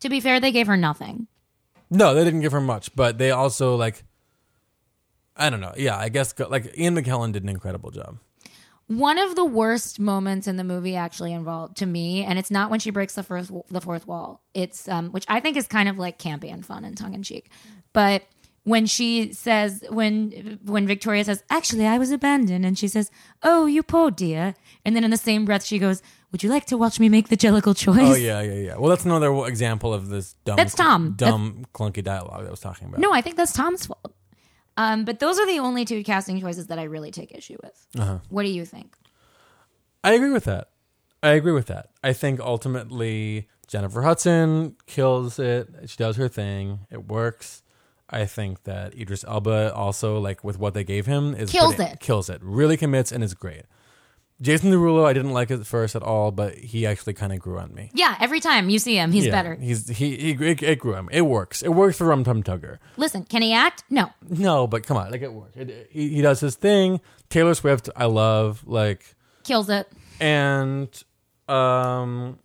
Speaker 2: to be fair, they gave her nothing.
Speaker 1: No, they didn't give her much, but they also like. I don't know. Yeah, I guess like Ian McKellen did an incredible job.
Speaker 2: One of the worst moments in the movie actually involved to me, and it's not when she breaks the first the fourth wall. It's um, which I think is kind of like campy and fun and tongue in cheek, but when she says when when Victoria says actually I was abandoned, and she says oh you poor dear, and then in the same breath she goes would you like to watch me make the jellicle choice?
Speaker 1: Oh yeah, yeah, yeah. Well, that's another example of this dumb.
Speaker 2: That's Tom.
Speaker 1: Dumb clunky dialogue that I was talking about.
Speaker 2: No, I think that's Tom's fault. Um, but those are the only two casting choices that I really take issue with.
Speaker 1: Uh-huh.
Speaker 2: What do you think?
Speaker 1: I agree with that. I agree with that. I think ultimately Jennifer Hudson kills it. She does her thing. It works. I think that Idris Elba also like with what they gave him is
Speaker 2: Kills
Speaker 1: pretty-
Speaker 2: it.
Speaker 1: Kills it. Really commits and is great. Jason Derulo, I didn't like at first at all, but he actually kind of grew on me.
Speaker 2: Yeah, every time you see him, he's
Speaker 1: Yeah,
Speaker 2: better.
Speaker 1: He's he, he it, it grew on me. It works. It works for Rum Tum Tugger.
Speaker 2: Listen, can he act? No.
Speaker 1: No, but come on, like it works. It, it- he, he does his thing. Taylor Swift, I love. Like
Speaker 2: Kills it.
Speaker 1: and um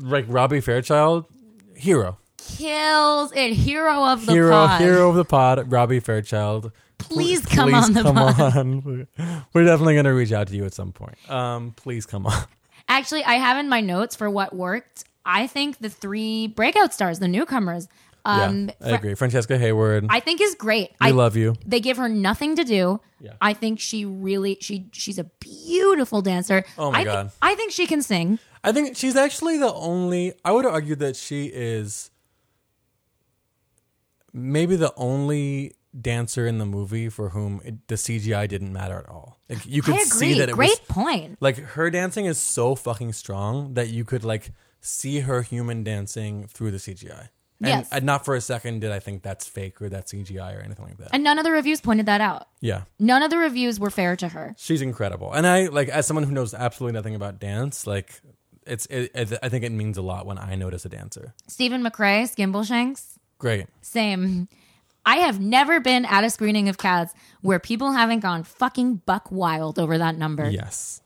Speaker 1: like Robbie Fairchild, hero.
Speaker 2: Kills it. Hero of the
Speaker 1: hero,
Speaker 2: pod.
Speaker 1: hero of the pod, Robbie Fairchild.
Speaker 2: Please come on the
Speaker 1: come
Speaker 2: pod.
Speaker 1: on. We're definitely gonna reach out to you at some point. Um, please come on.
Speaker 2: Actually, I have in my notes for what worked. I think the three breakout stars, the newcomers, um,
Speaker 1: yeah, I agree. Francesca Hayward,
Speaker 2: I think is great.
Speaker 1: we
Speaker 2: I
Speaker 1: love you.
Speaker 2: They give her nothing to do.
Speaker 1: Yeah.
Speaker 2: I think she really she she's a beautiful dancer.
Speaker 1: Oh my
Speaker 2: I thi-
Speaker 1: God.
Speaker 2: I think she can sing.
Speaker 1: I think she's actually the only. I would argue that she is maybe the only dancer in the movie for whom it, the CGI didn't matter at all. Like you could
Speaker 2: I
Speaker 1: see
Speaker 2: agree.
Speaker 1: that it
Speaker 2: Great
Speaker 1: was
Speaker 2: point.
Speaker 1: like her dancing is so fucking strong that you could like see her human dancing through the CGI. And,
Speaker 2: Yes.
Speaker 1: and not for a second did I think that's fake or that's CGI or anything like that.
Speaker 2: And none of the reviews pointed that out.
Speaker 1: yeah.
Speaker 2: None of the reviews were fair to her.
Speaker 1: She's incredible. And I like as someone who knows absolutely nothing about dance, like it's it, it, I think it means a lot when I notice a dancer.
Speaker 2: Stephen McRae, Skimbleshanks,
Speaker 1: Great.
Speaker 2: same. I have never been at a screening of Cats where people haven't gone fucking buck wild over that number.
Speaker 1: Yes.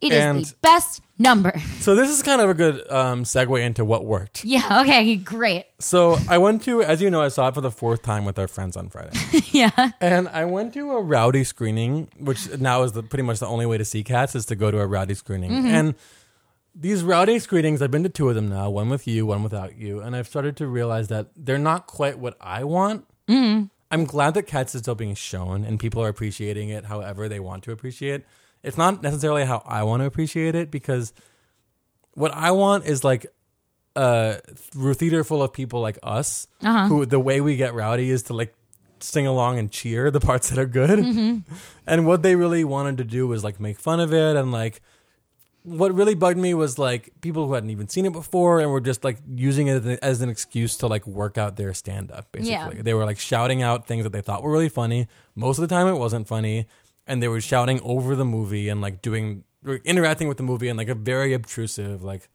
Speaker 2: It is
Speaker 1: And-
Speaker 2: the best number.
Speaker 1: So this is kind of a good um, segue into what worked.
Speaker 2: yeah. Okay. Great.
Speaker 1: So I went to, as you know, I saw it for the fourth time with our friends on Friday.
Speaker 2: yeah.
Speaker 1: And I went to a rowdy screening, which now is the, pretty much the only way to see cats is to go to a rowdy screening. And these rowdy screenings, I've been to two of them now, one with you, one without you. And I've started to realize that they're not quite what I want. I'm glad that cats is still being shown and people are appreciating it however they want to appreciate. It's not necessarily how I want to appreciate it because what I want is like a th- theater full of people like us who the way we get rowdy is to like sing along and cheer the parts that are good. And what they really wanted to do was like make fun of it and like what really bugged me was like people who hadn't even seen it before and were just like using it as an- as an excuse to like work out their stand up basically.
Speaker 2: Yeah.
Speaker 1: They were like shouting out things that they thought were really funny. Most of the time it wasn't funny and they were shouting over the movie and like doing or interacting with the movie in like a very obtrusive like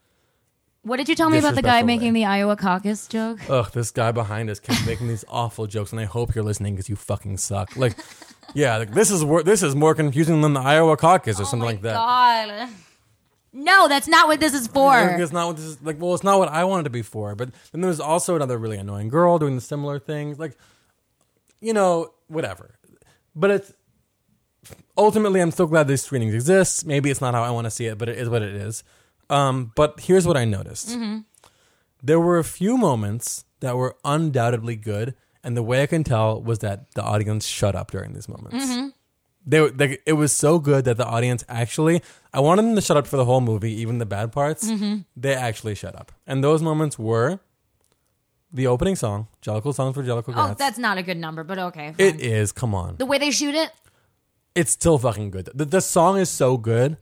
Speaker 2: What did you tell me about the guy
Speaker 1: Disrespectful
Speaker 2: making
Speaker 1: way.
Speaker 2: the Iowa caucus joke?
Speaker 1: ugh, this guy behind us kept making these awful jokes, and I hope you're listening because you fucking suck. Like, yeah, like, this is wor- this is more confusing than the Iowa caucus or something like that.
Speaker 2: Oh God. No, that's not what this
Speaker 1: Like,
Speaker 2: is for.
Speaker 1: It's not what this is like. Well, it's not what I wanted to be for. But then there was also another really annoying girl doing the similar things. Like, you know, whatever. But it's ultimately, I'm still glad these screenings exist. Maybe it's not how I want to see it, but it is what it is. Um, but here's what I noticed: there were a few moments that were
Speaker 2: Mm-hmm.
Speaker 1: undoubtedly good, and the way I can tell was that the audience shut up during these moments. they, were- they it was so good that the audience actually I wanted them to shut up for the whole movie, even the bad parts.
Speaker 2: Mm-hmm.
Speaker 1: They actually shut up, and those moments were the opening song, Jellicle song for Jellicle
Speaker 2: Oh,
Speaker 1: Grats.
Speaker 2: that's not a good number, but okay. fine.
Speaker 1: it is. Come on,
Speaker 2: the way they shoot it,
Speaker 1: it's still fucking good. The, the song is so good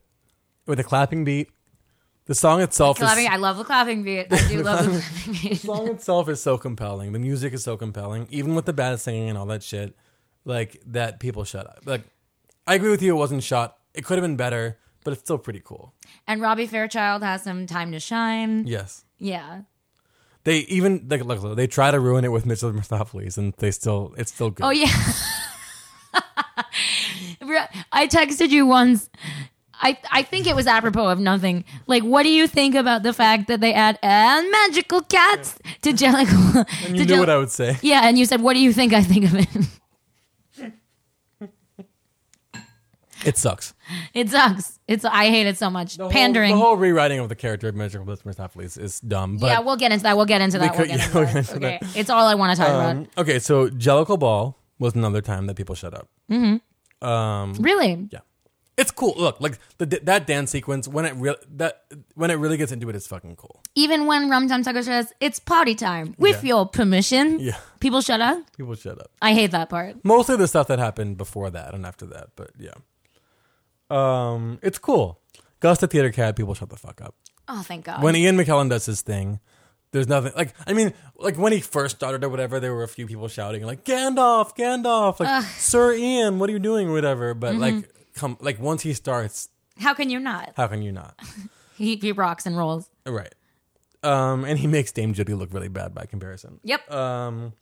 Speaker 1: with the clapping beat. The song itself is
Speaker 2: clapping. I love the clapping beat. I do love the clapping beat.
Speaker 1: the song itself is so compelling. The music is so compelling, even with the bad singing and all that shit. Like that, people shut up. Like, I agree with you. It wasn't shot. It could have been better, but it's still pretty cool.
Speaker 2: And Robbie Fairchild has some time to shine.
Speaker 1: Yes,
Speaker 2: Yeah.
Speaker 1: they even like look, look, they try to ruin it with Mitchell Mistopheles, and they still it's still good.
Speaker 2: Oh yeah. Re- I texted you once. I I think it was apropos of nothing. Like, what do you think about the fact that they add and magical cats to Jellicle?
Speaker 1: you knew what I would say.
Speaker 2: yeah, and you said, "What do you think I think of it?"
Speaker 1: It sucks.
Speaker 2: it sucks. It's I hate it so much.
Speaker 1: The whole-
Speaker 2: Pandering.
Speaker 1: the whole rewriting of the character of Mitchell Mistopheles is dumb. But
Speaker 2: yeah, we'll get into that. We'll get into that.
Speaker 1: could-
Speaker 2: we'll get
Speaker 1: yeah,
Speaker 2: into
Speaker 1: we'll
Speaker 2: that.
Speaker 1: get into
Speaker 2: okay, it's all I want to talk about.
Speaker 1: um, okay, so Jellicle Ball was another time that people shut up.
Speaker 2: Really?
Speaker 1: Yeah, it's cool. Look, like the, that dance sequence when it real that when it really gets into it is fucking cool.
Speaker 2: Even when Rum Tum Tugger says it's potty time, with
Speaker 1: Yeah.
Speaker 2: your permission,
Speaker 1: Yeah.
Speaker 2: people shut up.
Speaker 1: People shut up.
Speaker 2: I hate that part.
Speaker 1: Mostly the stuff that happened before that and after that, but yeah, um, it's cool. Gus the theater cat. People shut the fuck up.
Speaker 2: Oh, thank God.
Speaker 1: When Ian McKellen does his thing, there's nothing like. I mean, like when he first started or whatever, there were a few people shouting like Gandalf, Gandalf, like Sir Ian, what are you doing or whatever. But like, come like once he starts,
Speaker 2: How can you not?
Speaker 1: how can you not?
Speaker 2: He, he rocks and rolls.
Speaker 1: Right. Um, and he makes Dame Judy look really bad by comparison.
Speaker 2: Yep.
Speaker 1: Um,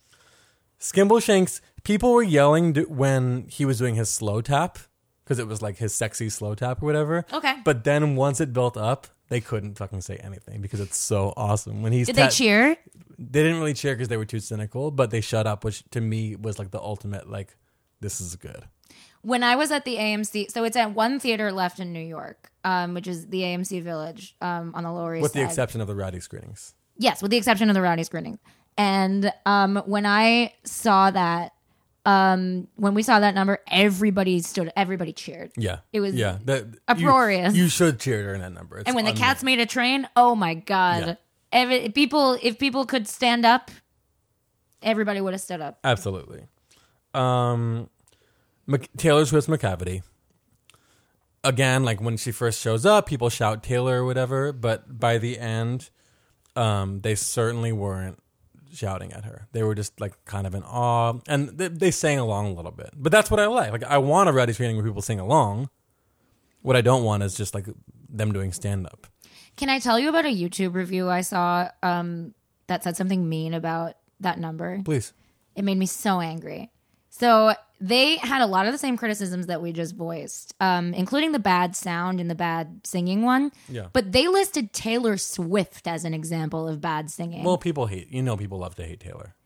Speaker 1: Skimble Shanks, people were yelling d- when he was doing his slow tap because it was like his sexy slow tap or whatever.
Speaker 2: Okay.
Speaker 1: But then once it built up, they couldn't fucking say anything because it's so awesome. When he's
Speaker 2: Did
Speaker 1: ta-
Speaker 2: they cheer?
Speaker 1: They didn't really cheer because they were too cynical, but they shut up, which to me was like the ultimate like this is good.
Speaker 2: When I was at the AMC, so it's at one theater left in New York, um, which is the AMC Village um, on the Lower East
Speaker 1: With the
Speaker 2: Side.
Speaker 1: exception of the rowdy screenings.
Speaker 2: Yes, with the exception of the rowdy screenings. And um, when I saw that, um, when we saw that number, everybody stood, everybody cheered.
Speaker 1: Yeah.
Speaker 2: It was
Speaker 1: yeah. That- you-
Speaker 2: uproarious.
Speaker 1: You, should cheer during that number. It's
Speaker 2: And when the
Speaker 1: unreal.
Speaker 2: cats made a train, oh my god!
Speaker 1: Yeah.
Speaker 2: Every, people, if people could stand up, everybody would have stood up.
Speaker 1: Absolutely. Um, Mc- Taylor Swift's McCavity. Again, like when she first shows up, people shout Taylor or whatever, but by the end, um, they certainly weren't shouting at her. They were just like kind of in awe, and they, they sang along a little bit. But that's what I like. Like I want a rowdy screening where people sing along. What I don't want is just like them doing stand up.
Speaker 2: Can I tell you about a YouTube review I saw um, that said something mean about that number?
Speaker 1: Please.
Speaker 2: It made me so angry. So they had a lot of the same criticisms that we just voiced, um, including the bad sound and the bad singing one.
Speaker 1: Yeah.
Speaker 2: But they listed Taylor Swift as an example of bad singing.
Speaker 1: Well, people hate. You know, people love to hate Taylor.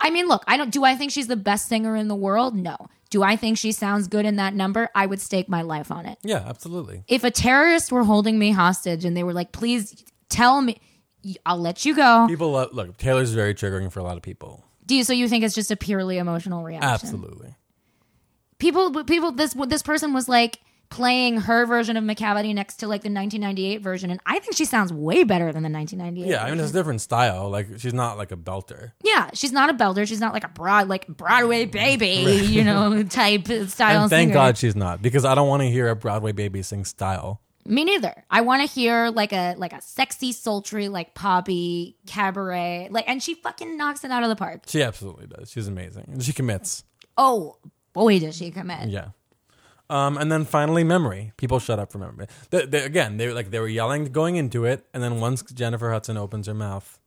Speaker 2: I mean, look, I don't. Do I think she's the best singer in the world? No. Do I think she sounds good in that number? I would stake my life on it.
Speaker 1: Yeah, absolutely.
Speaker 2: If a terrorist were holding me hostage and they were like, "Please tell me, I'll let you go."
Speaker 1: People love. Look, Taylor's very triggering for a lot of people.
Speaker 2: Do you, so you think it's just a purely emotional reaction?
Speaker 1: Absolutely.
Speaker 2: People, people. This this person was like playing her version of McCavity next to like the 1998 version, and I think she sounds way better than the 1998.
Speaker 1: Yeah, I mean it's a different style. Like she's not like a belter.
Speaker 2: yeah. She's not a belter. She's not like a broad like Broadway baby, you know, type style.
Speaker 1: And thank
Speaker 2: singer.
Speaker 1: God she's not because I don't want to hear a Broadway baby sing style.
Speaker 2: Me neither. I want to hear like a like a sexy, sultry, like poppy cabaret. Like, and she fucking knocks it out of the park.
Speaker 1: She absolutely does. She's amazing. And she commits.
Speaker 2: Oh boy, does she commit!
Speaker 1: Yeah. Um, and then finally, memory. People shut up for memory. They, they, again, they were like they were yelling going into it, and then once Jennifer Hudson opens her mouth,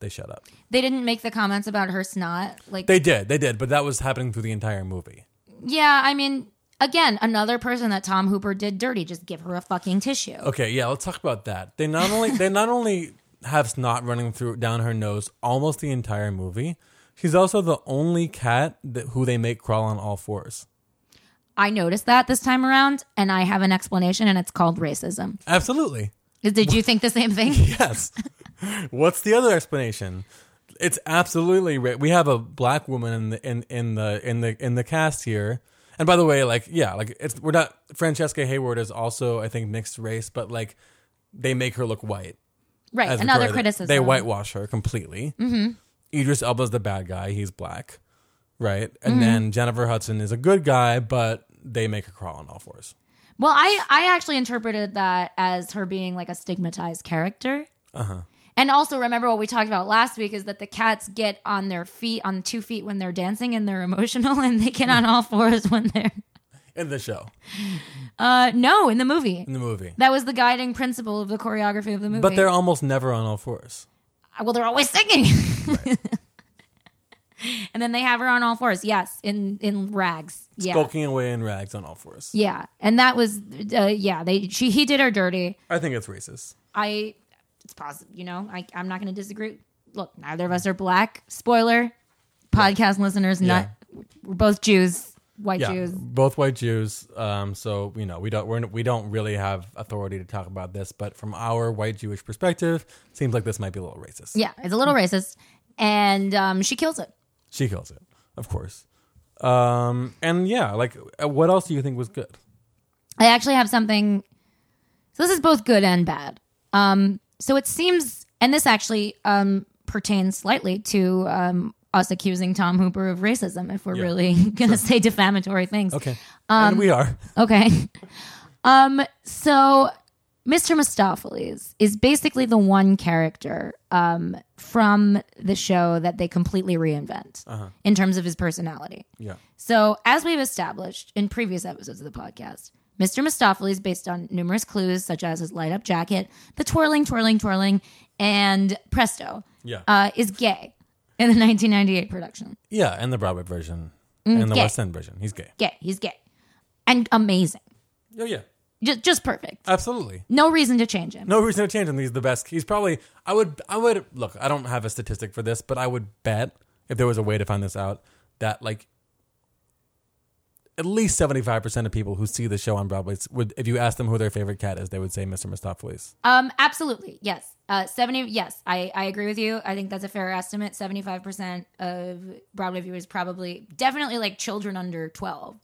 Speaker 1: they shut up.
Speaker 2: They didn't make the comments about her snot. Like,
Speaker 1: They did, they did, but that was happening through the entire movie.
Speaker 2: yeah, I mean, again, another person that Tom Hooper did dirty. Just give her a fucking tissue.
Speaker 1: Okay, yeah, let's talk about that. They not only they not only have snot running through down her nose almost the entire movie. She's also the only cat that, who they make crawl on all fours.
Speaker 2: I noticed that this time around, and I have an explanation, and it's called racism.
Speaker 1: Absolutely.
Speaker 2: Is- Did you think the same thing?
Speaker 1: Yes. What's the other explanation? It's absolutely ra- we have a black woman in the in, in the in the in the cast here And by the way, like yeah, like it's we're not Francesca Hayward is also I think mixed race, but like they make her look white.
Speaker 2: Right.
Speaker 1: as
Speaker 2: Another
Speaker 1: Victoria.
Speaker 2: criticism.
Speaker 1: They whitewash her completely. Mm-hmm. Idris Elba's the bad guy. He's black, right? And
Speaker 2: Mm-hmm.
Speaker 1: then Jennifer Hudson is a good guy, but they make her crawl on all fours.
Speaker 2: Well, I I actually interpreted that as her being like a stigmatized character.
Speaker 1: Uh-huh.
Speaker 2: And also remember what we talked about last week is that the cats get on their feet on two feet when they're dancing and they're emotional and they get on all fours when they're
Speaker 1: In the show,
Speaker 2: uh no, in the movie.
Speaker 1: in the movie,
Speaker 2: That was the guiding principle of the choreography of the movie.
Speaker 1: Mm. but they're almost never on all fours.
Speaker 2: Uh, well, they're always singing. and then they have her on all fours. Yes, in in rags. Yeah.
Speaker 1: Skulking away in rags on all fours.
Speaker 2: Yeah. And that was uh, yeah, they she he did her dirty.
Speaker 1: I think it's racist.
Speaker 2: I it's possible, you know. I I'm not going to disagree. Look, neither of us are black. Spoiler, podcast listeners, not we're both Jews, white
Speaker 1: Yeah,
Speaker 2: Jews.
Speaker 1: both white Jews. Um, so you know we don't we're, we don't really have authority to talk about this, but from our white Jewish perspective, seems like this might be a little racist.
Speaker 2: Yeah, it's a little racist, and um, she kills it.
Speaker 1: She kills it, of course. Um, and yeah, like uh, what else do you think was good?
Speaker 2: I actually have something. So this is both good and bad. Um, so it seems, and this actually um, pertains slightly to um, us accusing Tom Hooper of racism, if we're
Speaker 1: Yeah,
Speaker 2: really going to say defamatory things.
Speaker 1: Okay, and we are
Speaker 2: Okay. Um, so Mr. Mistopheles is basically the one character um, from the show that they completely reinvent
Speaker 1: Uh-huh.
Speaker 2: in terms of his personality.
Speaker 1: yeah
Speaker 2: So, as we've established in previous episodes of the podcast, Mr. Mistopheles, based on numerous clues such as his light up jacket, the twirling, twirling, twirling, and presto,
Speaker 1: yeah
Speaker 2: uh, is gay in the 1998 production.
Speaker 1: yeah, and the Broadway version and the
Speaker 2: mm, gay.
Speaker 1: West End version. He's gay.
Speaker 2: Gay. He's gay. And amazing.
Speaker 1: Oh yeah,
Speaker 2: Just, just perfect.
Speaker 1: absolutely.
Speaker 2: No reason to change him.
Speaker 1: No reason to change him. He's the best. He's probably. I would. I would look. I don't have a statistic for this, but I would bet if there was a way to find this out that like at least seventy five percent of people who see the show on Broadway would, if you ask them who their favorite cat is, they would say Mr. Mistopheles.
Speaker 2: Um, absolutely, yes. Uh, seventy. Yes, I I agree with you. I think that's a fair estimate. Seventy five percent of Broadway viewers probably definitely like children under twelve.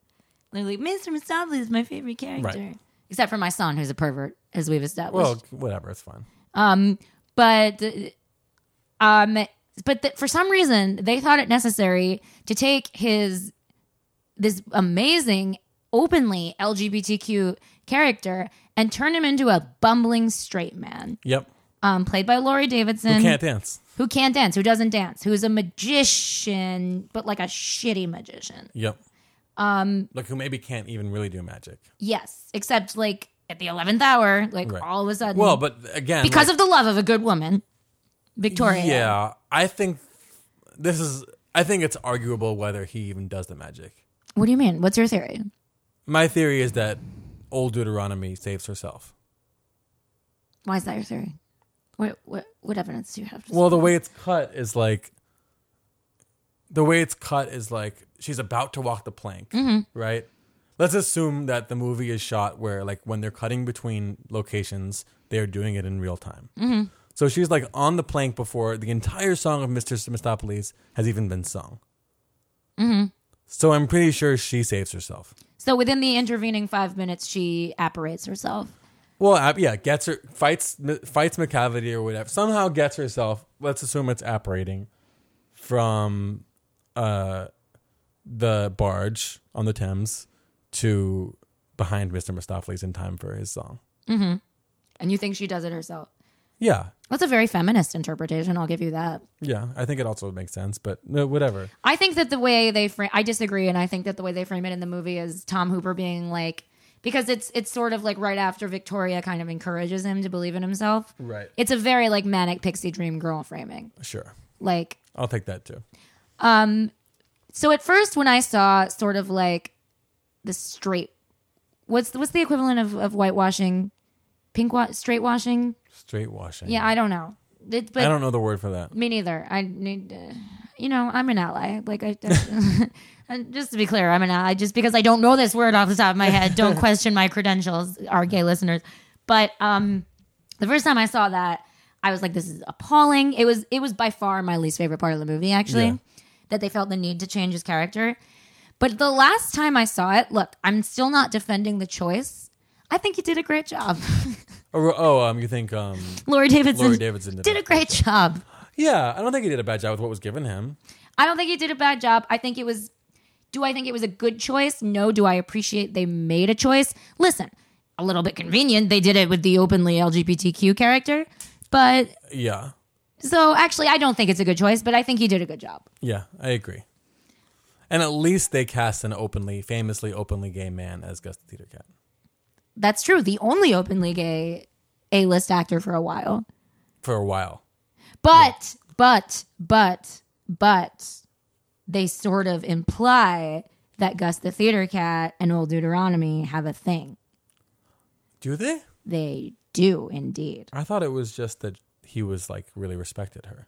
Speaker 2: They're like, Mr. Mistopheles is my favorite character,
Speaker 1: Right.
Speaker 2: except for my son, who's a pervert, as we've established.
Speaker 1: Well, whatever. It's fine.
Speaker 2: but um, but th- for some reason, they thought it necessary to take his this amazing, openly LGBTQ character and turn him into a bumbling straight man.
Speaker 1: Yep.
Speaker 2: um, played by Laurie Davidson,
Speaker 1: Can't dance.
Speaker 2: who can't dance, who doesn't dance, who's a magician, but like a shitty magician.
Speaker 1: Yep. Um, like who maybe can't even really do magic.
Speaker 2: Yes, except like at the eleventh hour, like
Speaker 1: Right.
Speaker 2: all of a sudden,
Speaker 1: Well, but again,
Speaker 2: because of the love of a good woman, Victoria.
Speaker 1: yeah, I think this is. I think it's arguable whether he even does the magic.
Speaker 2: What do you mean? What's your theory?
Speaker 1: My theory is that old Deuteronomy saves herself.
Speaker 2: Why is that your theory? What what what evidence do you have? To
Speaker 1: Well, the way it's cut is like the way it's cut is like she's about to walk the plank, right? Let's assume that the movie is shot where like when they're cutting between locations, they're doing it in real time. So she's like on the plank before the entire song of Mr. Mistopheles has even been sung. So I'm pretty sure she saves herself.
Speaker 2: so within the intervening five minutes, she apparates herself.
Speaker 1: Well, uh, yeah, gets her fights fights McCavity or whatever. Somehow gets herself. Let's assume it's apparating from uh, the barge on the Thames to behind Mister Mistopheles in time for his song.
Speaker 2: And you think she does it herself?
Speaker 1: Yeah,
Speaker 2: That's a very feminist interpretation. I'll give you that.
Speaker 1: yeah. I think it also makes sense, but no, whatever.
Speaker 2: I think that the way they frame, I disagree, and I think that the way they frame it in the movie is Tom Hooper being like, because it's it's sort of like right after Victoria kind of encourages him to believe in himself.
Speaker 1: Right.
Speaker 2: It's a very like manic pixie dream girl framing.
Speaker 1: Sure,
Speaker 2: Like,
Speaker 1: I'll take that too.
Speaker 2: so at first when I saw sort of like the straight, what's what's the equivalent of of whitewashing, pink wa- straight washing?
Speaker 1: Straight washing.
Speaker 2: Yeah, I don't know. It, but
Speaker 1: I don't know the word for that.
Speaker 2: Me neither. I need, uh, you know, I'm an ally. Like I, I and just to be clear, I'm an ally. Just because I don't know this word off the top of my head, don't question my credentials, our gay listeners. But um, the first time I saw that, I was like, "This is appalling." It was, it was by far my least favorite part of the movie, actually,
Speaker 1: Yeah.
Speaker 2: that they felt the need to change his character. But the last time I saw it, look, I'm still not defending the choice. I think you did a great job.
Speaker 1: Or, oh, um, you think um,
Speaker 2: Laurie Davidson,
Speaker 1: Laurie Davidson did,
Speaker 2: did a
Speaker 1: it?
Speaker 2: great job.
Speaker 1: Yeah, I don't think he did a bad job with what was given him.
Speaker 2: I don't think he did a bad job. I think it was. Do I think it was a good choice? No. Do I appreciate they made a choice? Listen, a little bit convenient. They did it with the openly LGBTQ character, but
Speaker 1: Yeah,
Speaker 2: so actually, I don't think it's a good choice. But I think he did a good job.
Speaker 1: yeah, I agree. And at least they cast an openly, famously openly gay man as Gus the Theater Cat.
Speaker 2: That's true. The only openly gay A list actor for a while.
Speaker 1: for a while.
Speaker 2: But, but, but, but they sort of imply that Gus the Theater Cat and Old Deuteronomy have a thing.
Speaker 1: Do they?
Speaker 2: They do indeed.
Speaker 1: I thought it was just that he was like really respected her.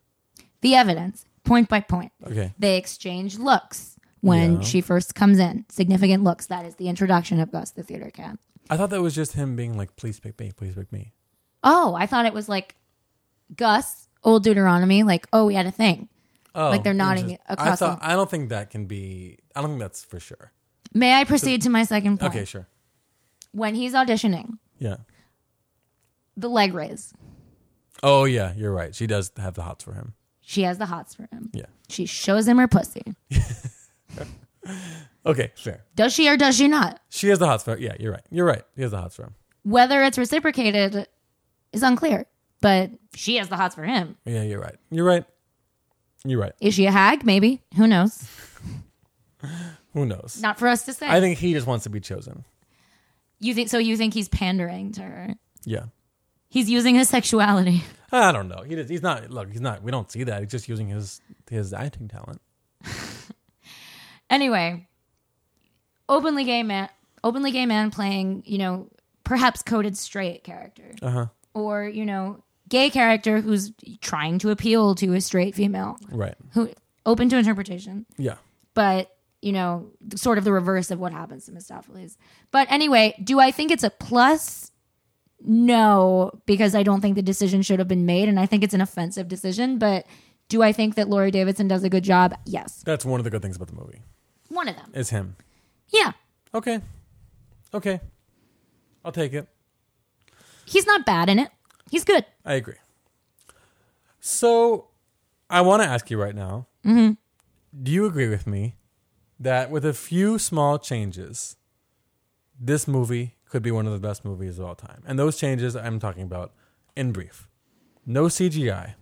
Speaker 2: The evidence, point by point.
Speaker 1: Okay.
Speaker 2: They exchange looks when
Speaker 1: Yeah.
Speaker 2: she first comes in. Significant looks. That is the introduction of Gus the Theater Cat.
Speaker 1: I thought that was just him being like, please pick me, please pick me.
Speaker 2: Oh, I thought it was like Gus, Old Deuteronomy, like, oh, we had a thing.
Speaker 1: Oh,
Speaker 2: Like they're nodding
Speaker 1: interest- I
Speaker 2: across
Speaker 1: thought, I don't think that can be, I don't think that's for sure.
Speaker 2: May I proceed to my second point?
Speaker 1: Okay, sure.
Speaker 2: When he's auditioning,
Speaker 1: Yeah.
Speaker 2: the leg raise.
Speaker 1: Oh, yeah, you're right. She does have the hots for him.
Speaker 2: She has the hots for him.
Speaker 1: Yeah.
Speaker 2: She shows him her pussy.
Speaker 1: Okay, fair.
Speaker 2: Does she or does she not?
Speaker 1: She has the hots for Yeah, you're right. You're right. He has the hots for him.
Speaker 2: Whether it's reciprocated is unclear, but she has the hots for him.
Speaker 1: Yeah, you're right. You're right. You're right.
Speaker 2: Is she a hag? Maybe. Who knows?
Speaker 1: Who knows?
Speaker 2: Not for us to say.
Speaker 1: I think he just wants to be chosen.
Speaker 2: you think so you think he's pandering to her.
Speaker 1: Yeah.
Speaker 2: He's using his sexuality.
Speaker 1: I don't know. He does, he's not, look, he's not, we don't see that. He's just using his his acting talent.
Speaker 2: Anyway, openly gay man openly gay man playing, you know, perhaps coded straight character.
Speaker 1: Uh huh.
Speaker 2: Or, you know, gay character who's trying to appeal to a straight female
Speaker 1: Right.
Speaker 2: who open to interpretation.
Speaker 1: Yeah.
Speaker 2: but you know, th- sort of the reverse of what happens to Mistopheles. But anyway, do I think it's a plus? No, because I don't think the decision should have been made, and I think it's an offensive decision. But do I think that Laurie Davidson does a good job? Yes,
Speaker 1: That's one of the good things about the movie.
Speaker 2: one of them.
Speaker 1: It's him.
Speaker 2: Yeah,
Speaker 1: Okay. Okay. I'll take it.
Speaker 2: he's not bad in it. He's good.
Speaker 1: I agree. So I want to ask you right now do you agree with me that with a few small changes, this movie could be one of the best movies of all time? And those changes I'm talking about in brief no CGI.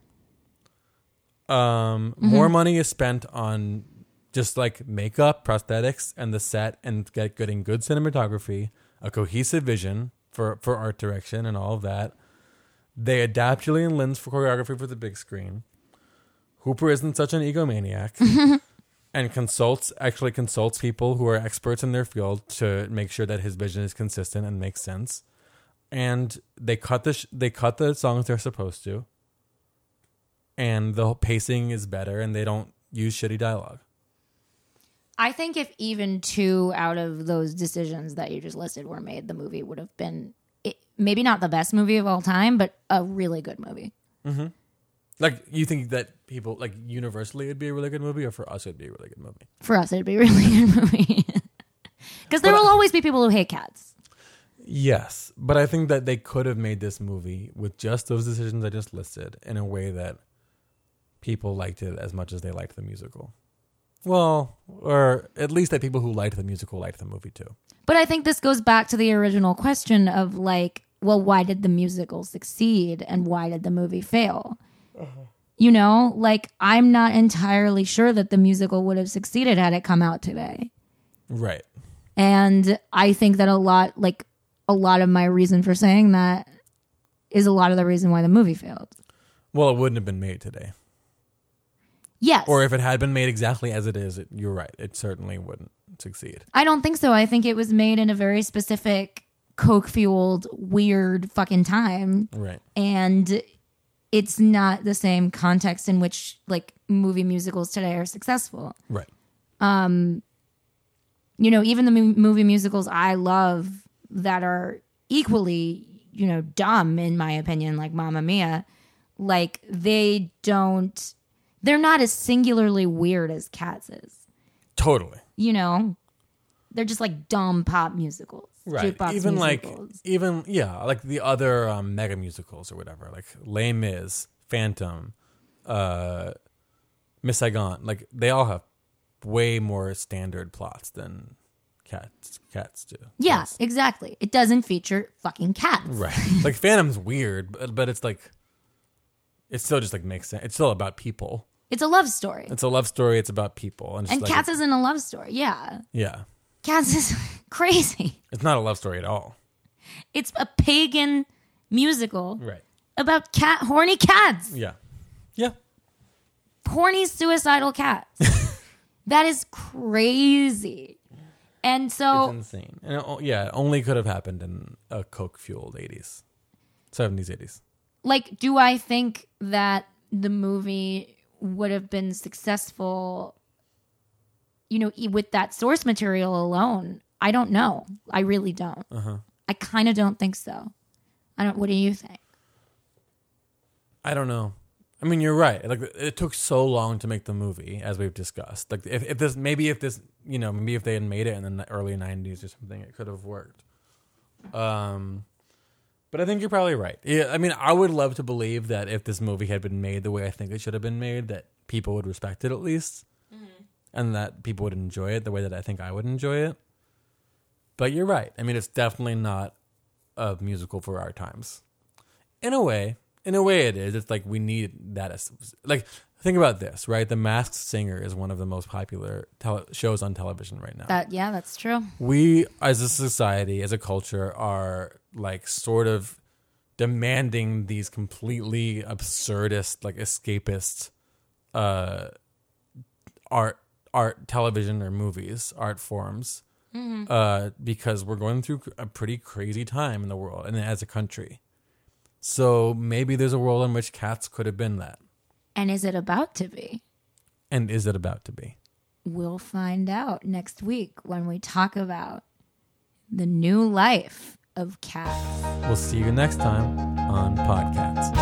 Speaker 1: Um, More money is spent on just like makeup, prosthetics, and the set, and get getting good cinematography, a cohesive vision for, for art direction, and all of that. They adapt Julian Lin's for choreography for the big screen. Hooper isn't such an egomaniac and consults actually consults people who are experts in their field to make sure that his vision is consistent and makes sense. And they cut the sh- they cut the songs they're supposed to. And the whole pacing is better and they don't use shitty dialogue.
Speaker 2: I think if even two out of those decisions that you just listed were made, the movie would have been it, maybe not the best movie of all time, but a really good movie.
Speaker 1: Like you think that people like universally it'd be a really good movie or for us it'd be a really good movie.
Speaker 2: for us it'd be a really good movie because there will always be people who hate cats
Speaker 1: Yes, but I think that they could have made this movie with just those decisions I just listed in a way that people liked it as much as they liked the musical. Well, or at least that people who liked the musical liked the movie too.
Speaker 2: but i think this goes back to the original question of like well why did the musical succeed and why did the movie fail you know like i'm not entirely sure that the musical would have succeeded had it come out today
Speaker 1: Right.
Speaker 2: and i think that a lot like a lot of my reason for saying that is a lot of the reason why the movie failed
Speaker 1: Well, it wouldn't have been made today.
Speaker 2: yes
Speaker 1: Or if it had been made exactly as it is, it, you're right. It certainly wouldn't succeed.
Speaker 2: I don't think so. I think it was made in a very specific coke fueled weird fucking time
Speaker 1: Right.
Speaker 2: and it's not the same context in which like movie musicals today are successful.
Speaker 1: Right.
Speaker 2: You know, even the mo- movie musicals I love that are equally, you know, dumb in my opinion like Mamma Mia, like they don't they're not as singularly weird as Cats is.
Speaker 1: Totally.
Speaker 2: you know, they're just like dumb pop musicals.
Speaker 1: Right.
Speaker 2: Jukebox
Speaker 1: even
Speaker 2: musicals.
Speaker 1: like even yeah, like the other um, mega musicals or whatever, like Les Mis, Phantom, uh Miss Saigon, like they all have way more standard plots than cats cats do.
Speaker 2: Yeah, exactly. It doesn't feature fucking cats.
Speaker 1: Right. like Phantom's weird, but, but it's like it still just like makes sense. It's still about people.
Speaker 2: It's a love story.
Speaker 1: It's a love story, it's about people. And, it's
Speaker 2: and
Speaker 1: like,
Speaker 2: Cats isn't a love story. Yeah.
Speaker 1: Yeah.
Speaker 2: Cats is crazy.
Speaker 1: It's not a love story at all.
Speaker 2: It's a pagan musical
Speaker 1: Right.
Speaker 2: about cat horny cats.
Speaker 1: Yeah. Yeah.
Speaker 2: Horny suicidal cats. that is crazy. And so
Speaker 1: It's insane. And it, o- yeah, it only could have happened in a coke fueled 80s, 70s, 80s.
Speaker 2: like do i think that the movie would have been successful you know e- with that source material alone i don't know i really don't i kind of don't think so i don't what do you think
Speaker 1: I don't know. I mean, you're right. Like it took so long to make the movie, as we've discussed. Like if, if this, maybe if this, you know, maybe if they had made it in the ni- early 90s or something, it could have worked. Um, but I think you're probably right. Yeah, I mean, I would love to believe that if this movie had been made the way I think it should have been made, that people would respect it at least, and that people would enjoy it the way that I think I would enjoy it. But you're right. I mean, it's definitely not a musical for our times. In a way, in a way, it is. It's like we need that. as- Like, think about this, right? The Masked Singer is one of the most popular tele- shows on television right now
Speaker 2: that yeah that's true
Speaker 1: we as a society as a culture are like sort of demanding these completely absurdist like escapist uh art art television or movies art forms uh because we're going through a pretty crazy time in the world and as a country so maybe there's a world in which cats could have been that
Speaker 2: and is it about to be
Speaker 1: and is it about to be
Speaker 2: we'll find out next week when we talk about the new life of cats
Speaker 1: we'll see you next time on podcasts